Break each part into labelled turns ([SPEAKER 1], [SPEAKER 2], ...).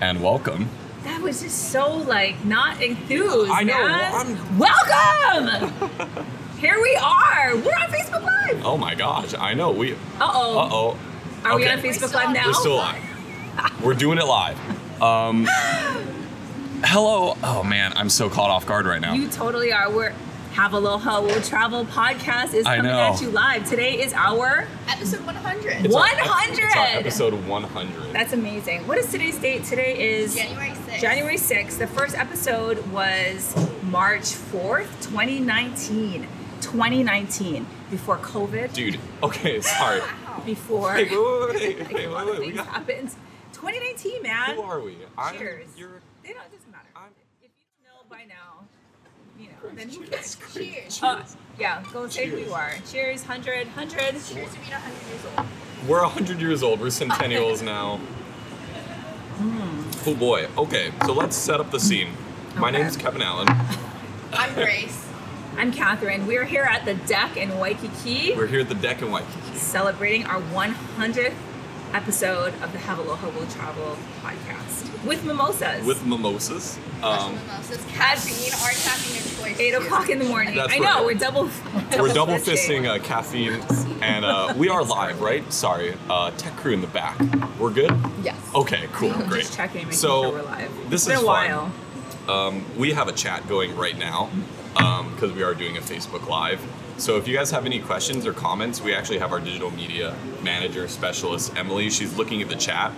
[SPEAKER 1] and welcome.
[SPEAKER 2] That was just so like not enthused.
[SPEAKER 1] I know,
[SPEAKER 2] man.
[SPEAKER 1] I'm-
[SPEAKER 2] Welcome. Here we are. We're on Facebook Live.
[SPEAKER 1] Oh my gosh, I know we. Uh
[SPEAKER 2] Uh oh.
[SPEAKER 1] oh.
[SPEAKER 2] Are we on Facebook Live now?
[SPEAKER 1] We're still on. We're doing it live. Um, hello. Oh man, I'm so caught off guard right now.
[SPEAKER 2] You totally are. We're have a little hoe. We'll travel podcast is
[SPEAKER 1] I
[SPEAKER 2] coming
[SPEAKER 1] know.
[SPEAKER 2] at you live. Today is our.
[SPEAKER 3] Episode 100.
[SPEAKER 1] It's our-
[SPEAKER 2] 100!
[SPEAKER 1] It's our episode 100.
[SPEAKER 2] That's amazing. What is today's date? Today is
[SPEAKER 3] January 6th.
[SPEAKER 2] January 6th. The first episode was March 4th, 2019. 2019. Before COVID.
[SPEAKER 1] Dude. Okay. Sorry.
[SPEAKER 3] Wow.
[SPEAKER 2] Before.
[SPEAKER 1] Hey, wait, wait, wait, wait,
[SPEAKER 2] like, a
[SPEAKER 1] wait,
[SPEAKER 2] lot
[SPEAKER 1] wait, wait.
[SPEAKER 2] of
[SPEAKER 1] We
[SPEAKER 2] things
[SPEAKER 1] got,
[SPEAKER 2] happened. 2019, man.
[SPEAKER 1] who are we? I'm,
[SPEAKER 2] Cheers.
[SPEAKER 1] You're.
[SPEAKER 2] They don't, it doesn't matter.
[SPEAKER 1] I'm-
[SPEAKER 2] if you don't know by now, you know, then who
[SPEAKER 1] That's
[SPEAKER 2] cares?
[SPEAKER 1] great.
[SPEAKER 3] Cheers.
[SPEAKER 2] Uh, yeah, go say who
[SPEAKER 1] Cheers.
[SPEAKER 2] you are. Cheers, 100, 100.
[SPEAKER 3] Cheers to being 100 years old.
[SPEAKER 1] We're 100 years old. We're centennials now.
[SPEAKER 2] Hmm.
[SPEAKER 1] Oh boy. Okay, so let's set up the scene. My
[SPEAKER 2] Okay.
[SPEAKER 1] name's Kevin Allen.
[SPEAKER 3] I'm Grace.
[SPEAKER 2] I'm Catherine. We're here at the deck in Waikiki
[SPEAKER 1] We're here at the deck in Waikiki.
[SPEAKER 2] celebrating our 100th episode of the Have a Little Hobo Travel podcast with mimosas.
[SPEAKER 1] With mimosas. Um,
[SPEAKER 3] mimosas, caffeine, or caffeine of choice.
[SPEAKER 2] 8 o'clock in the morning.
[SPEAKER 1] That's
[SPEAKER 2] I know,
[SPEAKER 1] right.
[SPEAKER 2] we're double, double
[SPEAKER 1] we're double
[SPEAKER 2] fisting.
[SPEAKER 1] fisting uh, caffeine, and uh, we are live, right? Sorry, uh, tech crew in the back. We're good.
[SPEAKER 2] Yes.
[SPEAKER 1] Okay, cool, Oh, great.
[SPEAKER 2] Just checking, making
[SPEAKER 1] so
[SPEAKER 2] sure we're live.
[SPEAKER 1] this
[SPEAKER 2] it's been
[SPEAKER 1] is
[SPEAKER 2] a
[SPEAKER 1] fun.
[SPEAKER 2] while.
[SPEAKER 1] Um, we have a chat going right now because we are doing a Facebook Live. So if you guys have any questions or comments, we actually have our digital media manager specialist, Emily. She's looking at the chat,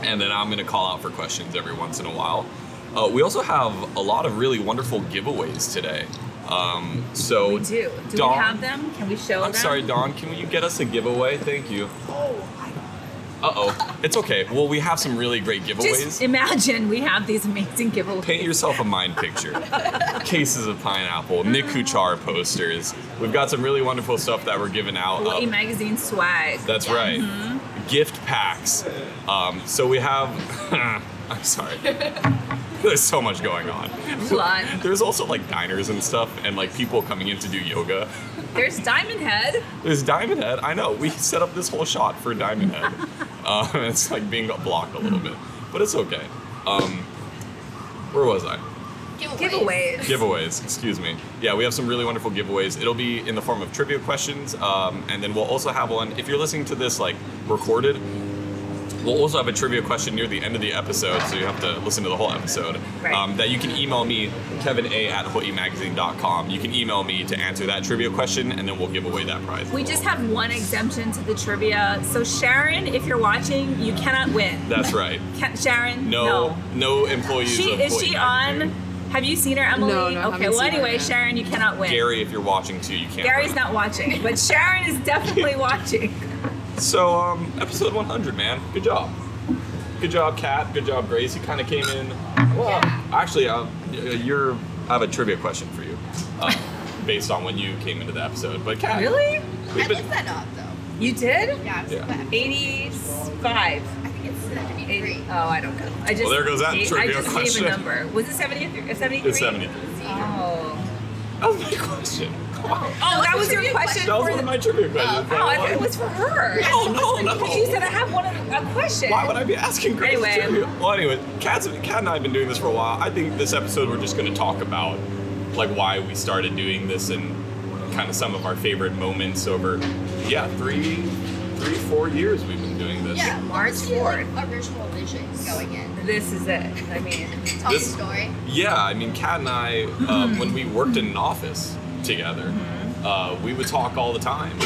[SPEAKER 1] and then I'm going to call out for questions every once in a while. Uh, we also have a lot of really wonderful giveaways today. Um, so
[SPEAKER 2] We do. Do
[SPEAKER 1] Dawn-
[SPEAKER 2] we have them? Can we show
[SPEAKER 1] I'm
[SPEAKER 2] them?
[SPEAKER 1] sorry, Don. Can you get us a giveaway? Thank you. Uh oh. It's okay. Well, we have some really great giveaways.
[SPEAKER 2] Just imagine we have these amazing giveaways.
[SPEAKER 1] Paint yourself a mind picture. Cases of pineapple, Nick Kuchar posters. We've got some really wonderful stuff that we're giving out.
[SPEAKER 2] Hawaii
[SPEAKER 1] Uh,
[SPEAKER 2] magazine swag.
[SPEAKER 1] that's right. Gift packs. Um, so we have. I'm sorry. There's so much going on.
[SPEAKER 2] a lot.
[SPEAKER 1] There's also like diners and stuff, and like people coming in to do yoga.
[SPEAKER 2] There's Diamond Head.
[SPEAKER 1] There's Diamond Head. I know. We set up this whole shot for Diamond Head. um, it's like being blocked a little bit, but it's okay. Um, where was I?
[SPEAKER 3] Giveaways.
[SPEAKER 2] Giveaways.
[SPEAKER 1] giveaways excuse me yeah we have some really wonderful giveaways it'll be in the form of trivia questions um, and then we'll also have one if you're listening to this like recorded we'll also have a trivia question near the end of the episode so you have to listen to the whole episode
[SPEAKER 2] Right.
[SPEAKER 1] um, that you can email me kevin a at hoimagazine.com you can email me to answer that trivia question and then we'll give away that prize
[SPEAKER 2] We just have one exemption to the trivia. So Sharon, if you're watching, you cannot win.
[SPEAKER 1] that's right
[SPEAKER 2] Ca- Sharon,
[SPEAKER 1] no no, employees
[SPEAKER 2] She
[SPEAKER 1] of
[SPEAKER 2] is
[SPEAKER 1] Hoy
[SPEAKER 2] she on?
[SPEAKER 1] Magazine.
[SPEAKER 2] Have you seen her, Emily?
[SPEAKER 4] No, no, I
[SPEAKER 2] okay.
[SPEAKER 4] haven't
[SPEAKER 2] Well,
[SPEAKER 4] seen her
[SPEAKER 2] anyway,
[SPEAKER 4] yet.
[SPEAKER 2] Sharon, you cannot win.
[SPEAKER 1] gary if you're watching too you can't
[SPEAKER 2] Gary's
[SPEAKER 1] win.
[SPEAKER 2] not watching, but Sharon is definitely watching.
[SPEAKER 1] So, um, episode 100, man. Good job. Good job, Kat. Good job, Grace. You kind of came in. Well,
[SPEAKER 3] Yeah.
[SPEAKER 1] actually, uh, you're. I have a trivia question for you, uh, based on when you came into the episode. But Kat,
[SPEAKER 2] Really?
[SPEAKER 3] I
[SPEAKER 1] We've
[SPEAKER 3] looked
[SPEAKER 1] been,
[SPEAKER 3] that up though.
[SPEAKER 2] You did?
[SPEAKER 3] Yeah, I was
[SPEAKER 1] Yeah.
[SPEAKER 3] yeah. I
[SPEAKER 2] 85.
[SPEAKER 3] think it's 73.
[SPEAKER 2] Eighty- Oh, I don't know. I just
[SPEAKER 1] Well, there goes that
[SPEAKER 2] see, I
[SPEAKER 1] trivia
[SPEAKER 2] just
[SPEAKER 1] question.
[SPEAKER 2] gave a number. Was it 73? 73?
[SPEAKER 1] it's 73.
[SPEAKER 2] Oh.
[SPEAKER 1] That was my question. Come on.
[SPEAKER 2] Oh, that was your
[SPEAKER 3] trivia
[SPEAKER 2] question
[SPEAKER 3] question.
[SPEAKER 1] That was
[SPEAKER 2] for
[SPEAKER 1] one
[SPEAKER 2] the-
[SPEAKER 1] of my trivia questions.
[SPEAKER 2] Oh, I thought it was for her.
[SPEAKER 1] No, no, no.
[SPEAKER 2] Because you said I have one of the, a question.
[SPEAKER 1] Why would I be asking Grace
[SPEAKER 2] Anyway.
[SPEAKER 1] trivia? Well, anyway, Kat's, Kat and I have been doing this for a while. I think this episode we're just going to talk about like why we started doing this and kind of some of our favorite moments over yeah three three four years we've been doing this.
[SPEAKER 3] Yeah,
[SPEAKER 2] March
[SPEAKER 3] what was your,
[SPEAKER 2] 4th.
[SPEAKER 3] like, original vision going in.
[SPEAKER 2] This is it. I mean,
[SPEAKER 3] Tell
[SPEAKER 1] This-
[SPEAKER 3] the story.
[SPEAKER 1] Yeah, I mean, Kat and I,
[SPEAKER 2] Mm-hmm.
[SPEAKER 1] um, when we worked in an office together, uh, we would talk all the time,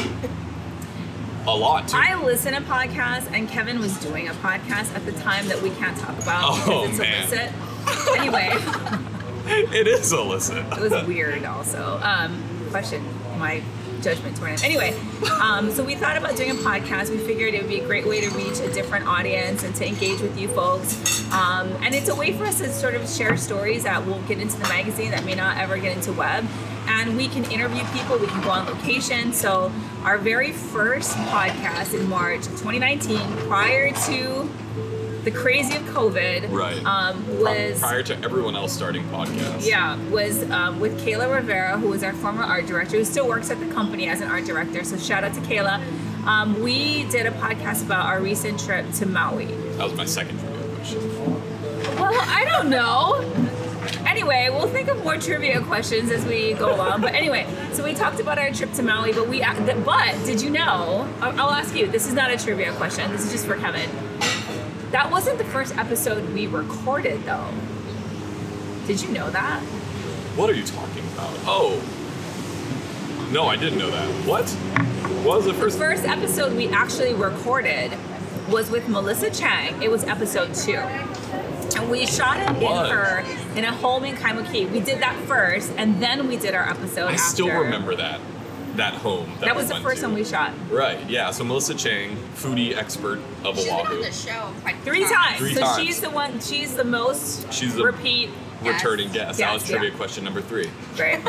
[SPEAKER 1] a lot too.
[SPEAKER 2] I listen to podcasts, and Kevin was doing a podcast at the time that we can't talk about
[SPEAKER 1] Oh,
[SPEAKER 2] because it's
[SPEAKER 1] man.
[SPEAKER 2] illicit. Anyway,
[SPEAKER 1] it is illicit.
[SPEAKER 2] it was weird. Also, um, question my judgment torn. in. Anyway, um, so we thought about doing a podcast. We figured it would be a great way to reach a different audience and to engage with you folks. Um, and it's a way for us to sort of share stories that will get into the magazine that may not ever get into web. And we can interview people. We can go on location. So our very first podcast in March of 2019, prior to the crazy of COVID,
[SPEAKER 1] Right.
[SPEAKER 2] um, was
[SPEAKER 1] Prior to everyone else starting podcasts.
[SPEAKER 2] yeah, was um, with Kayla Rivera, who was our former art director, who still works at the company as an art director. So shout out to Kayla. Um, we did a podcast about our recent trip to Maui.
[SPEAKER 1] That was my second trivia question.
[SPEAKER 2] I don't know. Anyway, we'll think of more trivia questions as we go along. But anyway, so we talked about our trip to Maui, but we uh, but did you know? I'll I'll ask you. This is not a trivia question. This is just for Kevin. That wasn't the first episode we recorded, though. Did you know that?
[SPEAKER 1] What are you talking about? Oh. No, I didn't know that. What? What was the
[SPEAKER 2] The
[SPEAKER 1] first?
[SPEAKER 2] first episode we actually recorded was with Melissa Chang. It was episode two. And we shot it
[SPEAKER 1] What?
[SPEAKER 2] in her in a home in Kaimai Key. We did that first, and then we did our episode
[SPEAKER 1] I
[SPEAKER 2] after.
[SPEAKER 1] still remember that. That home. That,
[SPEAKER 2] That, was
[SPEAKER 1] we
[SPEAKER 2] the
[SPEAKER 1] went
[SPEAKER 2] first
[SPEAKER 1] to.
[SPEAKER 2] one we shot.
[SPEAKER 1] Right. Yeah. So Melissa Chang, foodie expert of
[SPEAKER 3] She's been on
[SPEAKER 1] Oahu,
[SPEAKER 3] the show quite a
[SPEAKER 2] Three
[SPEAKER 3] few
[SPEAKER 2] times.
[SPEAKER 1] Three
[SPEAKER 2] so
[SPEAKER 1] times.
[SPEAKER 2] she's the one, she's the most
[SPEAKER 1] She's the-
[SPEAKER 2] repeat.
[SPEAKER 3] Yes.
[SPEAKER 1] returning guest.
[SPEAKER 2] Yes,
[SPEAKER 1] that was trivia
[SPEAKER 2] yeah.
[SPEAKER 1] question number three.
[SPEAKER 2] Right.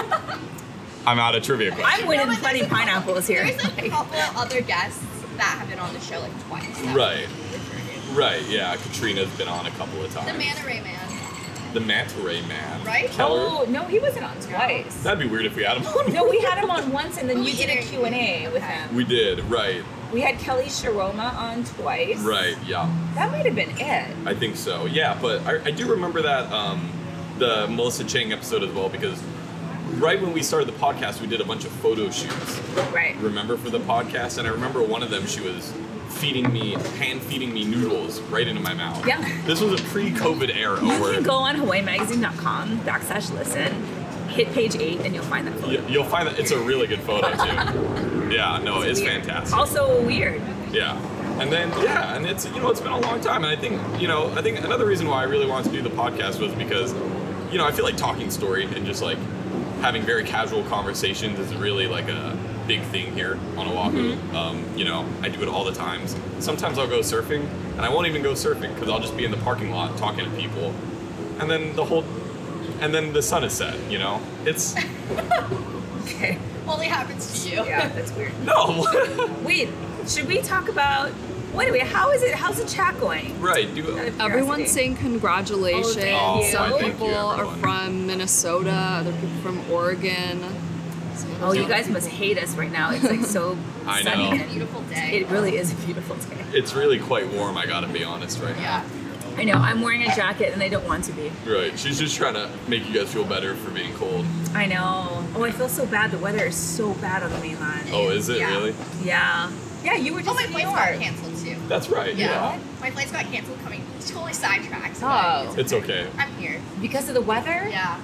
[SPEAKER 1] I'm out of trivia questions.
[SPEAKER 2] I'm winning
[SPEAKER 3] but
[SPEAKER 2] funny
[SPEAKER 3] there's a couple-
[SPEAKER 2] pineapples here.
[SPEAKER 3] There's a couple of other guests that have been on the show like twice. that
[SPEAKER 1] Right.
[SPEAKER 3] we've recruited.
[SPEAKER 1] Right. Yeah. Katrina's been on a couple of times.
[SPEAKER 3] The Manta Ray Man.
[SPEAKER 1] The Manta Ray Man.
[SPEAKER 3] Right?
[SPEAKER 1] Keller.
[SPEAKER 2] Oh no, he wasn't on twice.
[SPEAKER 1] That'd be weird if we had him on.
[SPEAKER 2] No, we had him on once, and then
[SPEAKER 3] We
[SPEAKER 2] you did a
[SPEAKER 3] interviewed
[SPEAKER 2] Q and A
[SPEAKER 3] him.
[SPEAKER 2] with
[SPEAKER 3] Okay.
[SPEAKER 2] him.
[SPEAKER 1] We did. Right.
[SPEAKER 2] We had Kelly Sharoma on twice.
[SPEAKER 1] Right. Yeah.
[SPEAKER 2] That might have been it.
[SPEAKER 1] I think so. Yeah, but I, I do remember that um, the Melissa Chang episode as well because right when we started the podcast, we did a bunch of photo shoots.
[SPEAKER 2] Right.
[SPEAKER 1] Remember for the podcast, and I remember one of them she was feeding me, hand feeding me noodles right into my mouth.
[SPEAKER 2] Yeah.
[SPEAKER 1] This was a pre-COVID era
[SPEAKER 2] You
[SPEAKER 1] where
[SPEAKER 2] can go on hawaiimagazine.com backslash listen, hit page eight, and you'll find that photo.
[SPEAKER 1] y- you'll find that it's a really good photo too. yeah. No, it's,
[SPEAKER 2] Weird.
[SPEAKER 1] fantastic.
[SPEAKER 2] Also weird.
[SPEAKER 1] Yeah. And then yeah, and it's you know it's been a long time, and I think you know I think another reason why I really wanted to do the podcast was because you know I feel like talking story and just like having very casual conversations is really like a big thing here on Oahu. Um, you know I do it all the times. Sometimes I'll go surfing, and I won't even go surfing because I'll just be in the parking lot talking to people, and then the whole and then the sun is set. You know it's
[SPEAKER 2] Okay.
[SPEAKER 3] Only happens to you.
[SPEAKER 2] Yeah, that's weird.
[SPEAKER 1] no
[SPEAKER 2] Wait, should we talk about? Wait a minute. How is it? How's the chat going?
[SPEAKER 1] right. Do
[SPEAKER 2] Out of
[SPEAKER 4] Everyone's
[SPEAKER 2] curiosity.
[SPEAKER 4] saying
[SPEAKER 2] Oh,
[SPEAKER 4] congratulations.
[SPEAKER 2] thank you.
[SPEAKER 4] Some
[SPEAKER 2] Oh, thank
[SPEAKER 4] people
[SPEAKER 1] you,
[SPEAKER 4] are
[SPEAKER 1] everyone.
[SPEAKER 4] from Minnesota, other people from Oregon. So
[SPEAKER 2] Oh, you guys must hate us right now. It's like so
[SPEAKER 1] I
[SPEAKER 2] sunny.
[SPEAKER 1] know.
[SPEAKER 3] It's a
[SPEAKER 2] And
[SPEAKER 3] beautiful day.
[SPEAKER 2] it really is a beautiful day.
[SPEAKER 1] it's really quite warm. I gotta be honest right now.
[SPEAKER 3] yeah.
[SPEAKER 2] I know. I'm wearing a jacket, and I don't want to be.
[SPEAKER 1] Right. She's just trying to make you guys feel better for being cold.
[SPEAKER 2] I know. Oh, I feel so bad. The weather is so bad on the mainland.
[SPEAKER 1] Oh, is it
[SPEAKER 3] Yeah.
[SPEAKER 1] really?
[SPEAKER 2] Yeah. Yeah, you were just
[SPEAKER 3] Oh, my
[SPEAKER 2] in New
[SPEAKER 3] flights got
[SPEAKER 2] York.
[SPEAKER 3] canceled too.
[SPEAKER 1] That's right. Yeah.
[SPEAKER 3] Yeah. My flights got canceled coming. Totally sidetracked.
[SPEAKER 4] Oh.
[SPEAKER 3] but
[SPEAKER 1] It's okay.
[SPEAKER 3] I'm here.
[SPEAKER 2] Oh. Because of the weather?
[SPEAKER 3] Yeah.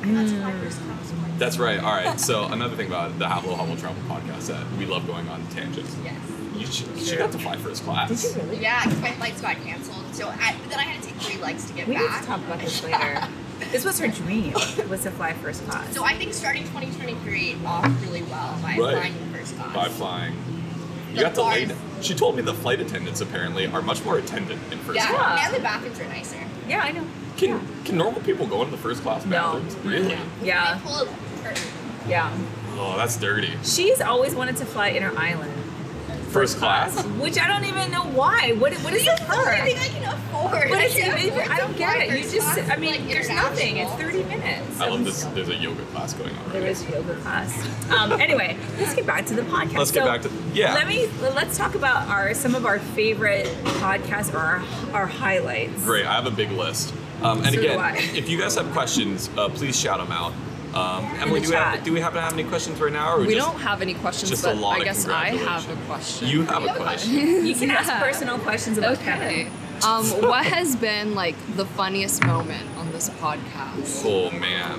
[SPEAKER 3] And that's why Bruce
[SPEAKER 2] Mm.
[SPEAKER 3] comes. with-
[SPEAKER 1] That's right. All right. So another thing about the Hobble Hobble Travel podcast that we love going on tangents.
[SPEAKER 3] Yes.
[SPEAKER 1] You sh she got to fly first class.
[SPEAKER 2] Did you really?
[SPEAKER 3] Yeah, 'cause my flights got canceled, so I, but then I had to take three legs to get
[SPEAKER 2] We need
[SPEAKER 3] back.
[SPEAKER 2] to talk about this later. this was her dream, was to fly first class.
[SPEAKER 3] So I think starting 2023 off really well by
[SPEAKER 1] Right.
[SPEAKER 3] flying first class.
[SPEAKER 1] By flying. You
[SPEAKER 3] The
[SPEAKER 1] got to lay.
[SPEAKER 3] bars.
[SPEAKER 1] She told me the flight attendants apparently are much more attendant in first
[SPEAKER 3] yeah.
[SPEAKER 1] class.
[SPEAKER 2] Yeah.
[SPEAKER 3] and the bathrooms are nicer.
[SPEAKER 2] yeah, I know.
[SPEAKER 1] Can can normal people go into the first class
[SPEAKER 2] No.
[SPEAKER 1] bathrooms? Really?
[SPEAKER 3] They
[SPEAKER 2] Yeah,
[SPEAKER 3] pull a curtain.
[SPEAKER 2] yeah.
[SPEAKER 1] Oh, that's dirty.
[SPEAKER 2] She's always wanted to fly inner island.
[SPEAKER 1] First, class.
[SPEAKER 2] Which I don't even know why. What, what is it
[SPEAKER 3] It's the only thing
[SPEAKER 2] for?
[SPEAKER 3] I can afford.
[SPEAKER 2] What
[SPEAKER 3] I
[SPEAKER 2] is it?
[SPEAKER 3] can't afford
[SPEAKER 2] I
[SPEAKER 3] to
[SPEAKER 2] don't get
[SPEAKER 3] fly
[SPEAKER 2] it. You
[SPEAKER 3] first
[SPEAKER 2] just,
[SPEAKER 3] class,
[SPEAKER 2] I mean,
[SPEAKER 3] like,
[SPEAKER 2] there's nothing. It's
[SPEAKER 3] international.
[SPEAKER 2] 30 minutes.
[SPEAKER 1] I love this. There's a yoga class going on right
[SPEAKER 2] There
[SPEAKER 1] now.
[SPEAKER 2] is yoga class. Um, anyway, let's get back to the podcast.
[SPEAKER 1] Let's get back to- yeah.
[SPEAKER 2] Let me let's talk about our some of our favorite podcasts or our, our highlights.
[SPEAKER 1] Great. I have a big list. Um, and
[SPEAKER 2] So do
[SPEAKER 1] again,
[SPEAKER 2] I.
[SPEAKER 1] if you guys have questions, uh, please shout them out. Um, Emily,
[SPEAKER 2] the
[SPEAKER 1] do we, have,
[SPEAKER 2] chat.
[SPEAKER 1] do we happen to have any questions right now? Or
[SPEAKER 4] we
[SPEAKER 1] just,
[SPEAKER 4] don't have any questions,
[SPEAKER 1] just a
[SPEAKER 4] but
[SPEAKER 1] lot
[SPEAKER 4] I
[SPEAKER 1] of
[SPEAKER 4] guess I have a
[SPEAKER 1] congratulations.
[SPEAKER 4] question.
[SPEAKER 1] You have a question.
[SPEAKER 2] You can ask
[SPEAKER 4] Yeah.
[SPEAKER 2] personal questions about
[SPEAKER 4] Okay.
[SPEAKER 2] Kevin.
[SPEAKER 4] Um, what has been like the funniest moment on this podcast?
[SPEAKER 1] oh man,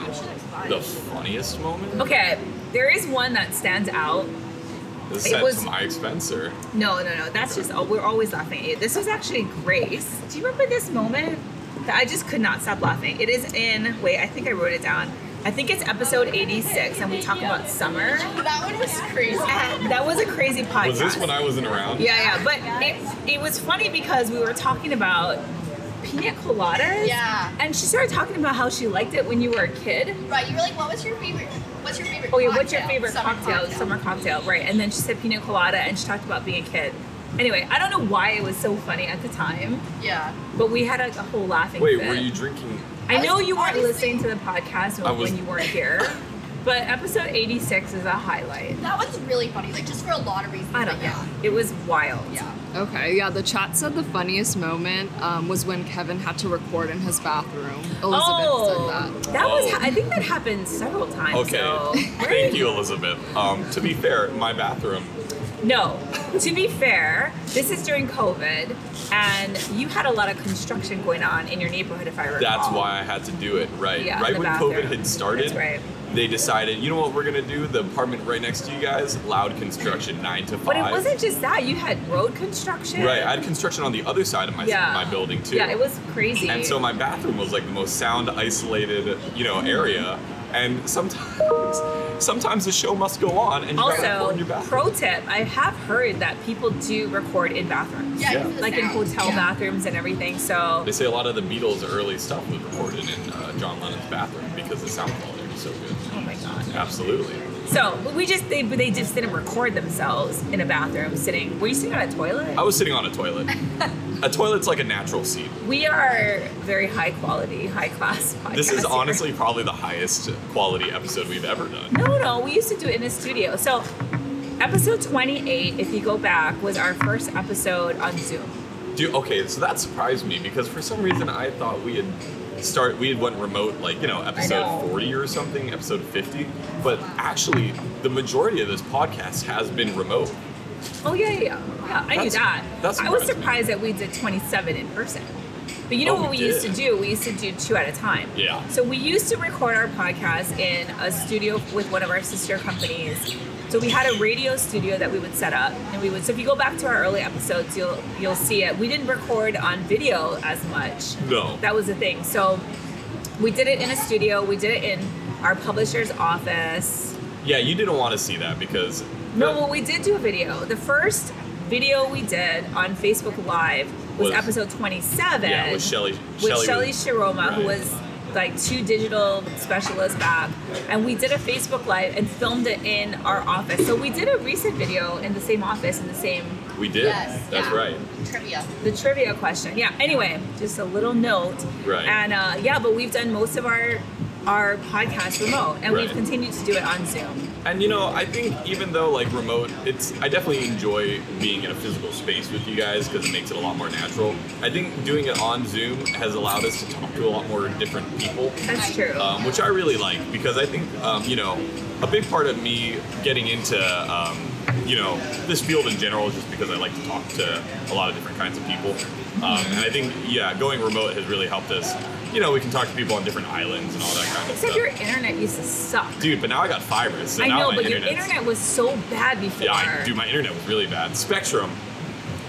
[SPEAKER 1] the funniest moment.
[SPEAKER 2] Okay, there is one that stands out.
[SPEAKER 1] Is
[SPEAKER 2] Oh, It
[SPEAKER 1] that
[SPEAKER 2] was-
[SPEAKER 1] to my expense or?
[SPEAKER 2] No, no, no. That's just oh, we're always laughing at you. This was actually Grace. Do you remember this moment that I just could not stop laughing? It is in wait, I think I wrote it down. I think it's episode 86, and we talk about summer.
[SPEAKER 3] That one was crazy.
[SPEAKER 2] And that was a crazy podcast.
[SPEAKER 1] Was this when I wasn't around?
[SPEAKER 2] Yeah, yeah, but it, it was funny because we were talking about pina coladas.
[SPEAKER 3] Yeah.
[SPEAKER 2] And she started talking about how she liked it when you were a kid.
[SPEAKER 3] Right, you were like, what was your favorite? What's your favorite?
[SPEAKER 2] Oh yeah, what's your favorite
[SPEAKER 3] Summer
[SPEAKER 2] cocktail? Summer cocktail, right? And then she said pina colada, and she talked about being a kid. Anyway, I don't know why it was so funny at the time,
[SPEAKER 3] Yeah.
[SPEAKER 2] but we had a, a whole laughing.
[SPEAKER 1] Wait,
[SPEAKER 2] fit.
[SPEAKER 1] were you drinking?
[SPEAKER 2] I know you weren't
[SPEAKER 3] Honestly-
[SPEAKER 2] listening to the podcast
[SPEAKER 1] I
[SPEAKER 2] when,
[SPEAKER 1] was-
[SPEAKER 2] when you weren't here, But episode 86 is a highlight.
[SPEAKER 3] That one's really funny, like just for a lot of reasons.
[SPEAKER 2] I don't
[SPEAKER 3] but
[SPEAKER 2] know. It was wild.
[SPEAKER 3] Yeah. Yeah.
[SPEAKER 4] Okay, yeah, the chat said the funniest moment um, was when Kevin had to record in his bathroom. Elizabeth
[SPEAKER 2] oh,
[SPEAKER 4] said
[SPEAKER 2] that,
[SPEAKER 4] that.
[SPEAKER 2] was.
[SPEAKER 1] Oh.
[SPEAKER 2] I think that happened several times.
[SPEAKER 1] Okay.
[SPEAKER 2] though.
[SPEAKER 1] Thank you, Elizabeth. Um, to be fair, my bathroom.
[SPEAKER 2] No. To be fair, this is during COVID, and you had a lot of construction going on in your neighborhood, if I recall.
[SPEAKER 1] That's why I had to do it. Right.
[SPEAKER 2] Yeah,
[SPEAKER 1] right
[SPEAKER 2] the
[SPEAKER 1] when
[SPEAKER 2] bathroom.
[SPEAKER 1] COVID had started,
[SPEAKER 2] That's right.
[SPEAKER 1] they decided, you know what, we're gonna do the apartment right next to you guys, loud construction, nine to five.
[SPEAKER 2] But it wasn't just that. You had road construction.
[SPEAKER 1] Right. I had construction on the other side of my
[SPEAKER 2] yeah.
[SPEAKER 1] my building too.
[SPEAKER 2] Yeah, it was crazy.
[SPEAKER 1] And so my bathroom was like the most sound isolated, you know, area. And sometimes, sometimes the show must go on, and you gotta record
[SPEAKER 2] also,
[SPEAKER 1] in your bathroom.
[SPEAKER 2] pro tip: I have heard that people do record in bathrooms,
[SPEAKER 1] Yeah.
[SPEAKER 3] for the
[SPEAKER 2] like in
[SPEAKER 3] sound.
[SPEAKER 2] hotel
[SPEAKER 3] Yeah.
[SPEAKER 2] bathrooms and everything. So
[SPEAKER 1] They say a lot of the Beatles' early stuff was recorded in uh, John Lennon's bathroom because the sound quality was so good.
[SPEAKER 2] Oh my God.
[SPEAKER 1] Absolutely.
[SPEAKER 2] So but we just they but they just didn't record themselves in a bathroom sitting. Were you sitting on a toilet?
[SPEAKER 1] I was sitting on a toilet. a toilet's like a natural seat.
[SPEAKER 2] We are very high quality, high class podcast.
[SPEAKER 1] This is
[SPEAKER 2] here.
[SPEAKER 1] honestly probably the highest quality episode we've ever done.
[SPEAKER 2] No, no, we used to do it in the studio. So episode 28, if you go back, was our first episode on Zoom.
[SPEAKER 1] Do you, okay, so that surprised me because for some reason I thought we had start we had went remote like you know episode
[SPEAKER 2] know.
[SPEAKER 1] 40 or something, episode 50, but actually the majority of this podcast has been remote.
[SPEAKER 2] Oh yeah, yeah, yeah. yeah I knew
[SPEAKER 1] That's-
[SPEAKER 2] that.
[SPEAKER 1] that's
[SPEAKER 2] I was
[SPEAKER 1] impressive.
[SPEAKER 2] surprised that we did 27 in person. But you know
[SPEAKER 1] Oh,
[SPEAKER 2] what we
[SPEAKER 1] we
[SPEAKER 2] used to
[SPEAKER 1] did.
[SPEAKER 2] do? We used to do two at a time.
[SPEAKER 1] Yeah.
[SPEAKER 2] So we used to record our podcast in a studio with one of our sister companies. So we had a radio studio that we would set up, and we would. So if you go back to our early episodes, you'll you'll see it. We didn't record on video as much.
[SPEAKER 1] No.
[SPEAKER 2] That was the thing. So we did it in a studio. We did it in our publisher's office.
[SPEAKER 1] Yeah, you didn't want to see that because
[SPEAKER 2] No, well, we did do a video. The first video we did on Facebook Live was,
[SPEAKER 1] Was-
[SPEAKER 2] episode 27.
[SPEAKER 1] yeah, with Shelly
[SPEAKER 2] With Shelly Shiroma, who
[SPEAKER 1] Right.
[SPEAKER 2] was like two digital specialists back. And we did a Facebook Live and filmed it in our office. So we did a recent video in the same office, in the same,
[SPEAKER 1] we did.
[SPEAKER 3] Yes.
[SPEAKER 1] That's
[SPEAKER 3] yeah.
[SPEAKER 1] right.
[SPEAKER 3] Trivia.
[SPEAKER 2] the trivia question. Yeah, anyway, just a little note.
[SPEAKER 1] Right.
[SPEAKER 2] And uh, yeah, but we've done most of our our podcast remote and we've
[SPEAKER 1] Right.
[SPEAKER 2] continued to do it on Zoom.
[SPEAKER 1] And you know, I think even though like remote, it's I definitely enjoy being in a physical space with you guys because it makes it a lot more natural. I think doing it on Zoom has allowed us to talk to a lot more different people,
[SPEAKER 2] That's true.
[SPEAKER 1] um, which I really like because I think um, you know a big part of me getting into um, you know this field in general is just because I like to talk to a lot of different kinds of people, um, and I think yeah, going remote has really helped us. You know, we can talk to people on different islands and all that kind of
[SPEAKER 2] Except
[SPEAKER 1] stuff.
[SPEAKER 2] your internet used to suck.
[SPEAKER 1] Dude, but now I got fiber, so
[SPEAKER 2] I
[SPEAKER 1] now
[SPEAKER 2] know,
[SPEAKER 1] my
[SPEAKER 2] but
[SPEAKER 1] internet's-
[SPEAKER 2] your internet was so bad before.
[SPEAKER 1] Yeah, I, dude, my internet was really bad. Spectrum,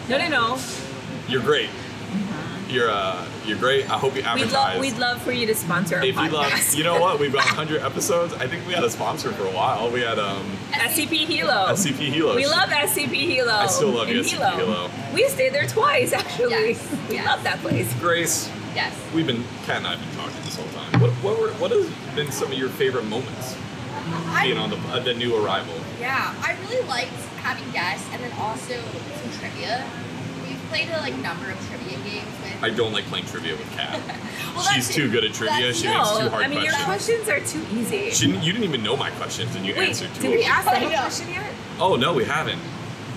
[SPEAKER 2] no, no, no.
[SPEAKER 1] you're great. You're uh, you're great. I hope you
[SPEAKER 2] Uh-huh. We'd
[SPEAKER 1] advertise.
[SPEAKER 2] love, we'd love for you to sponsor our
[SPEAKER 1] if you love,
[SPEAKER 2] podcast.
[SPEAKER 1] you know what? We've got 100 episodes. I think we had a sponsor for a while. We had um,
[SPEAKER 2] SCP Hilo.
[SPEAKER 1] SCP Hilo.
[SPEAKER 2] We love SCP Hilo. I
[SPEAKER 1] still love you, SCP Hilo.
[SPEAKER 2] We stayed there twice, actually.
[SPEAKER 3] Yes,
[SPEAKER 2] We
[SPEAKER 3] yes.
[SPEAKER 2] love that place.
[SPEAKER 1] Grace.
[SPEAKER 3] Yes.
[SPEAKER 1] We've been Kat and I've been talking this whole time. What what were what has been some of your favorite moments being
[SPEAKER 3] I,
[SPEAKER 1] on the uh, the new arrival?
[SPEAKER 3] yeah, I really liked having guests and then also some trivia. We've played a like number of trivia games with.
[SPEAKER 1] I don't like playing trivia with Kat.
[SPEAKER 3] Well, that's
[SPEAKER 1] She's too good at trivia.
[SPEAKER 3] that's-
[SPEAKER 1] She makes
[SPEAKER 2] No,
[SPEAKER 1] too hard
[SPEAKER 2] I mean, your
[SPEAKER 1] questions.
[SPEAKER 2] questions are too easy.
[SPEAKER 1] She didn't- you didn't even know my questions and you
[SPEAKER 2] Wait,
[SPEAKER 1] answered two
[SPEAKER 2] did
[SPEAKER 1] of
[SPEAKER 2] we
[SPEAKER 1] them.
[SPEAKER 2] ask them a
[SPEAKER 3] I know.
[SPEAKER 2] question yet?
[SPEAKER 1] Oh no, we haven't.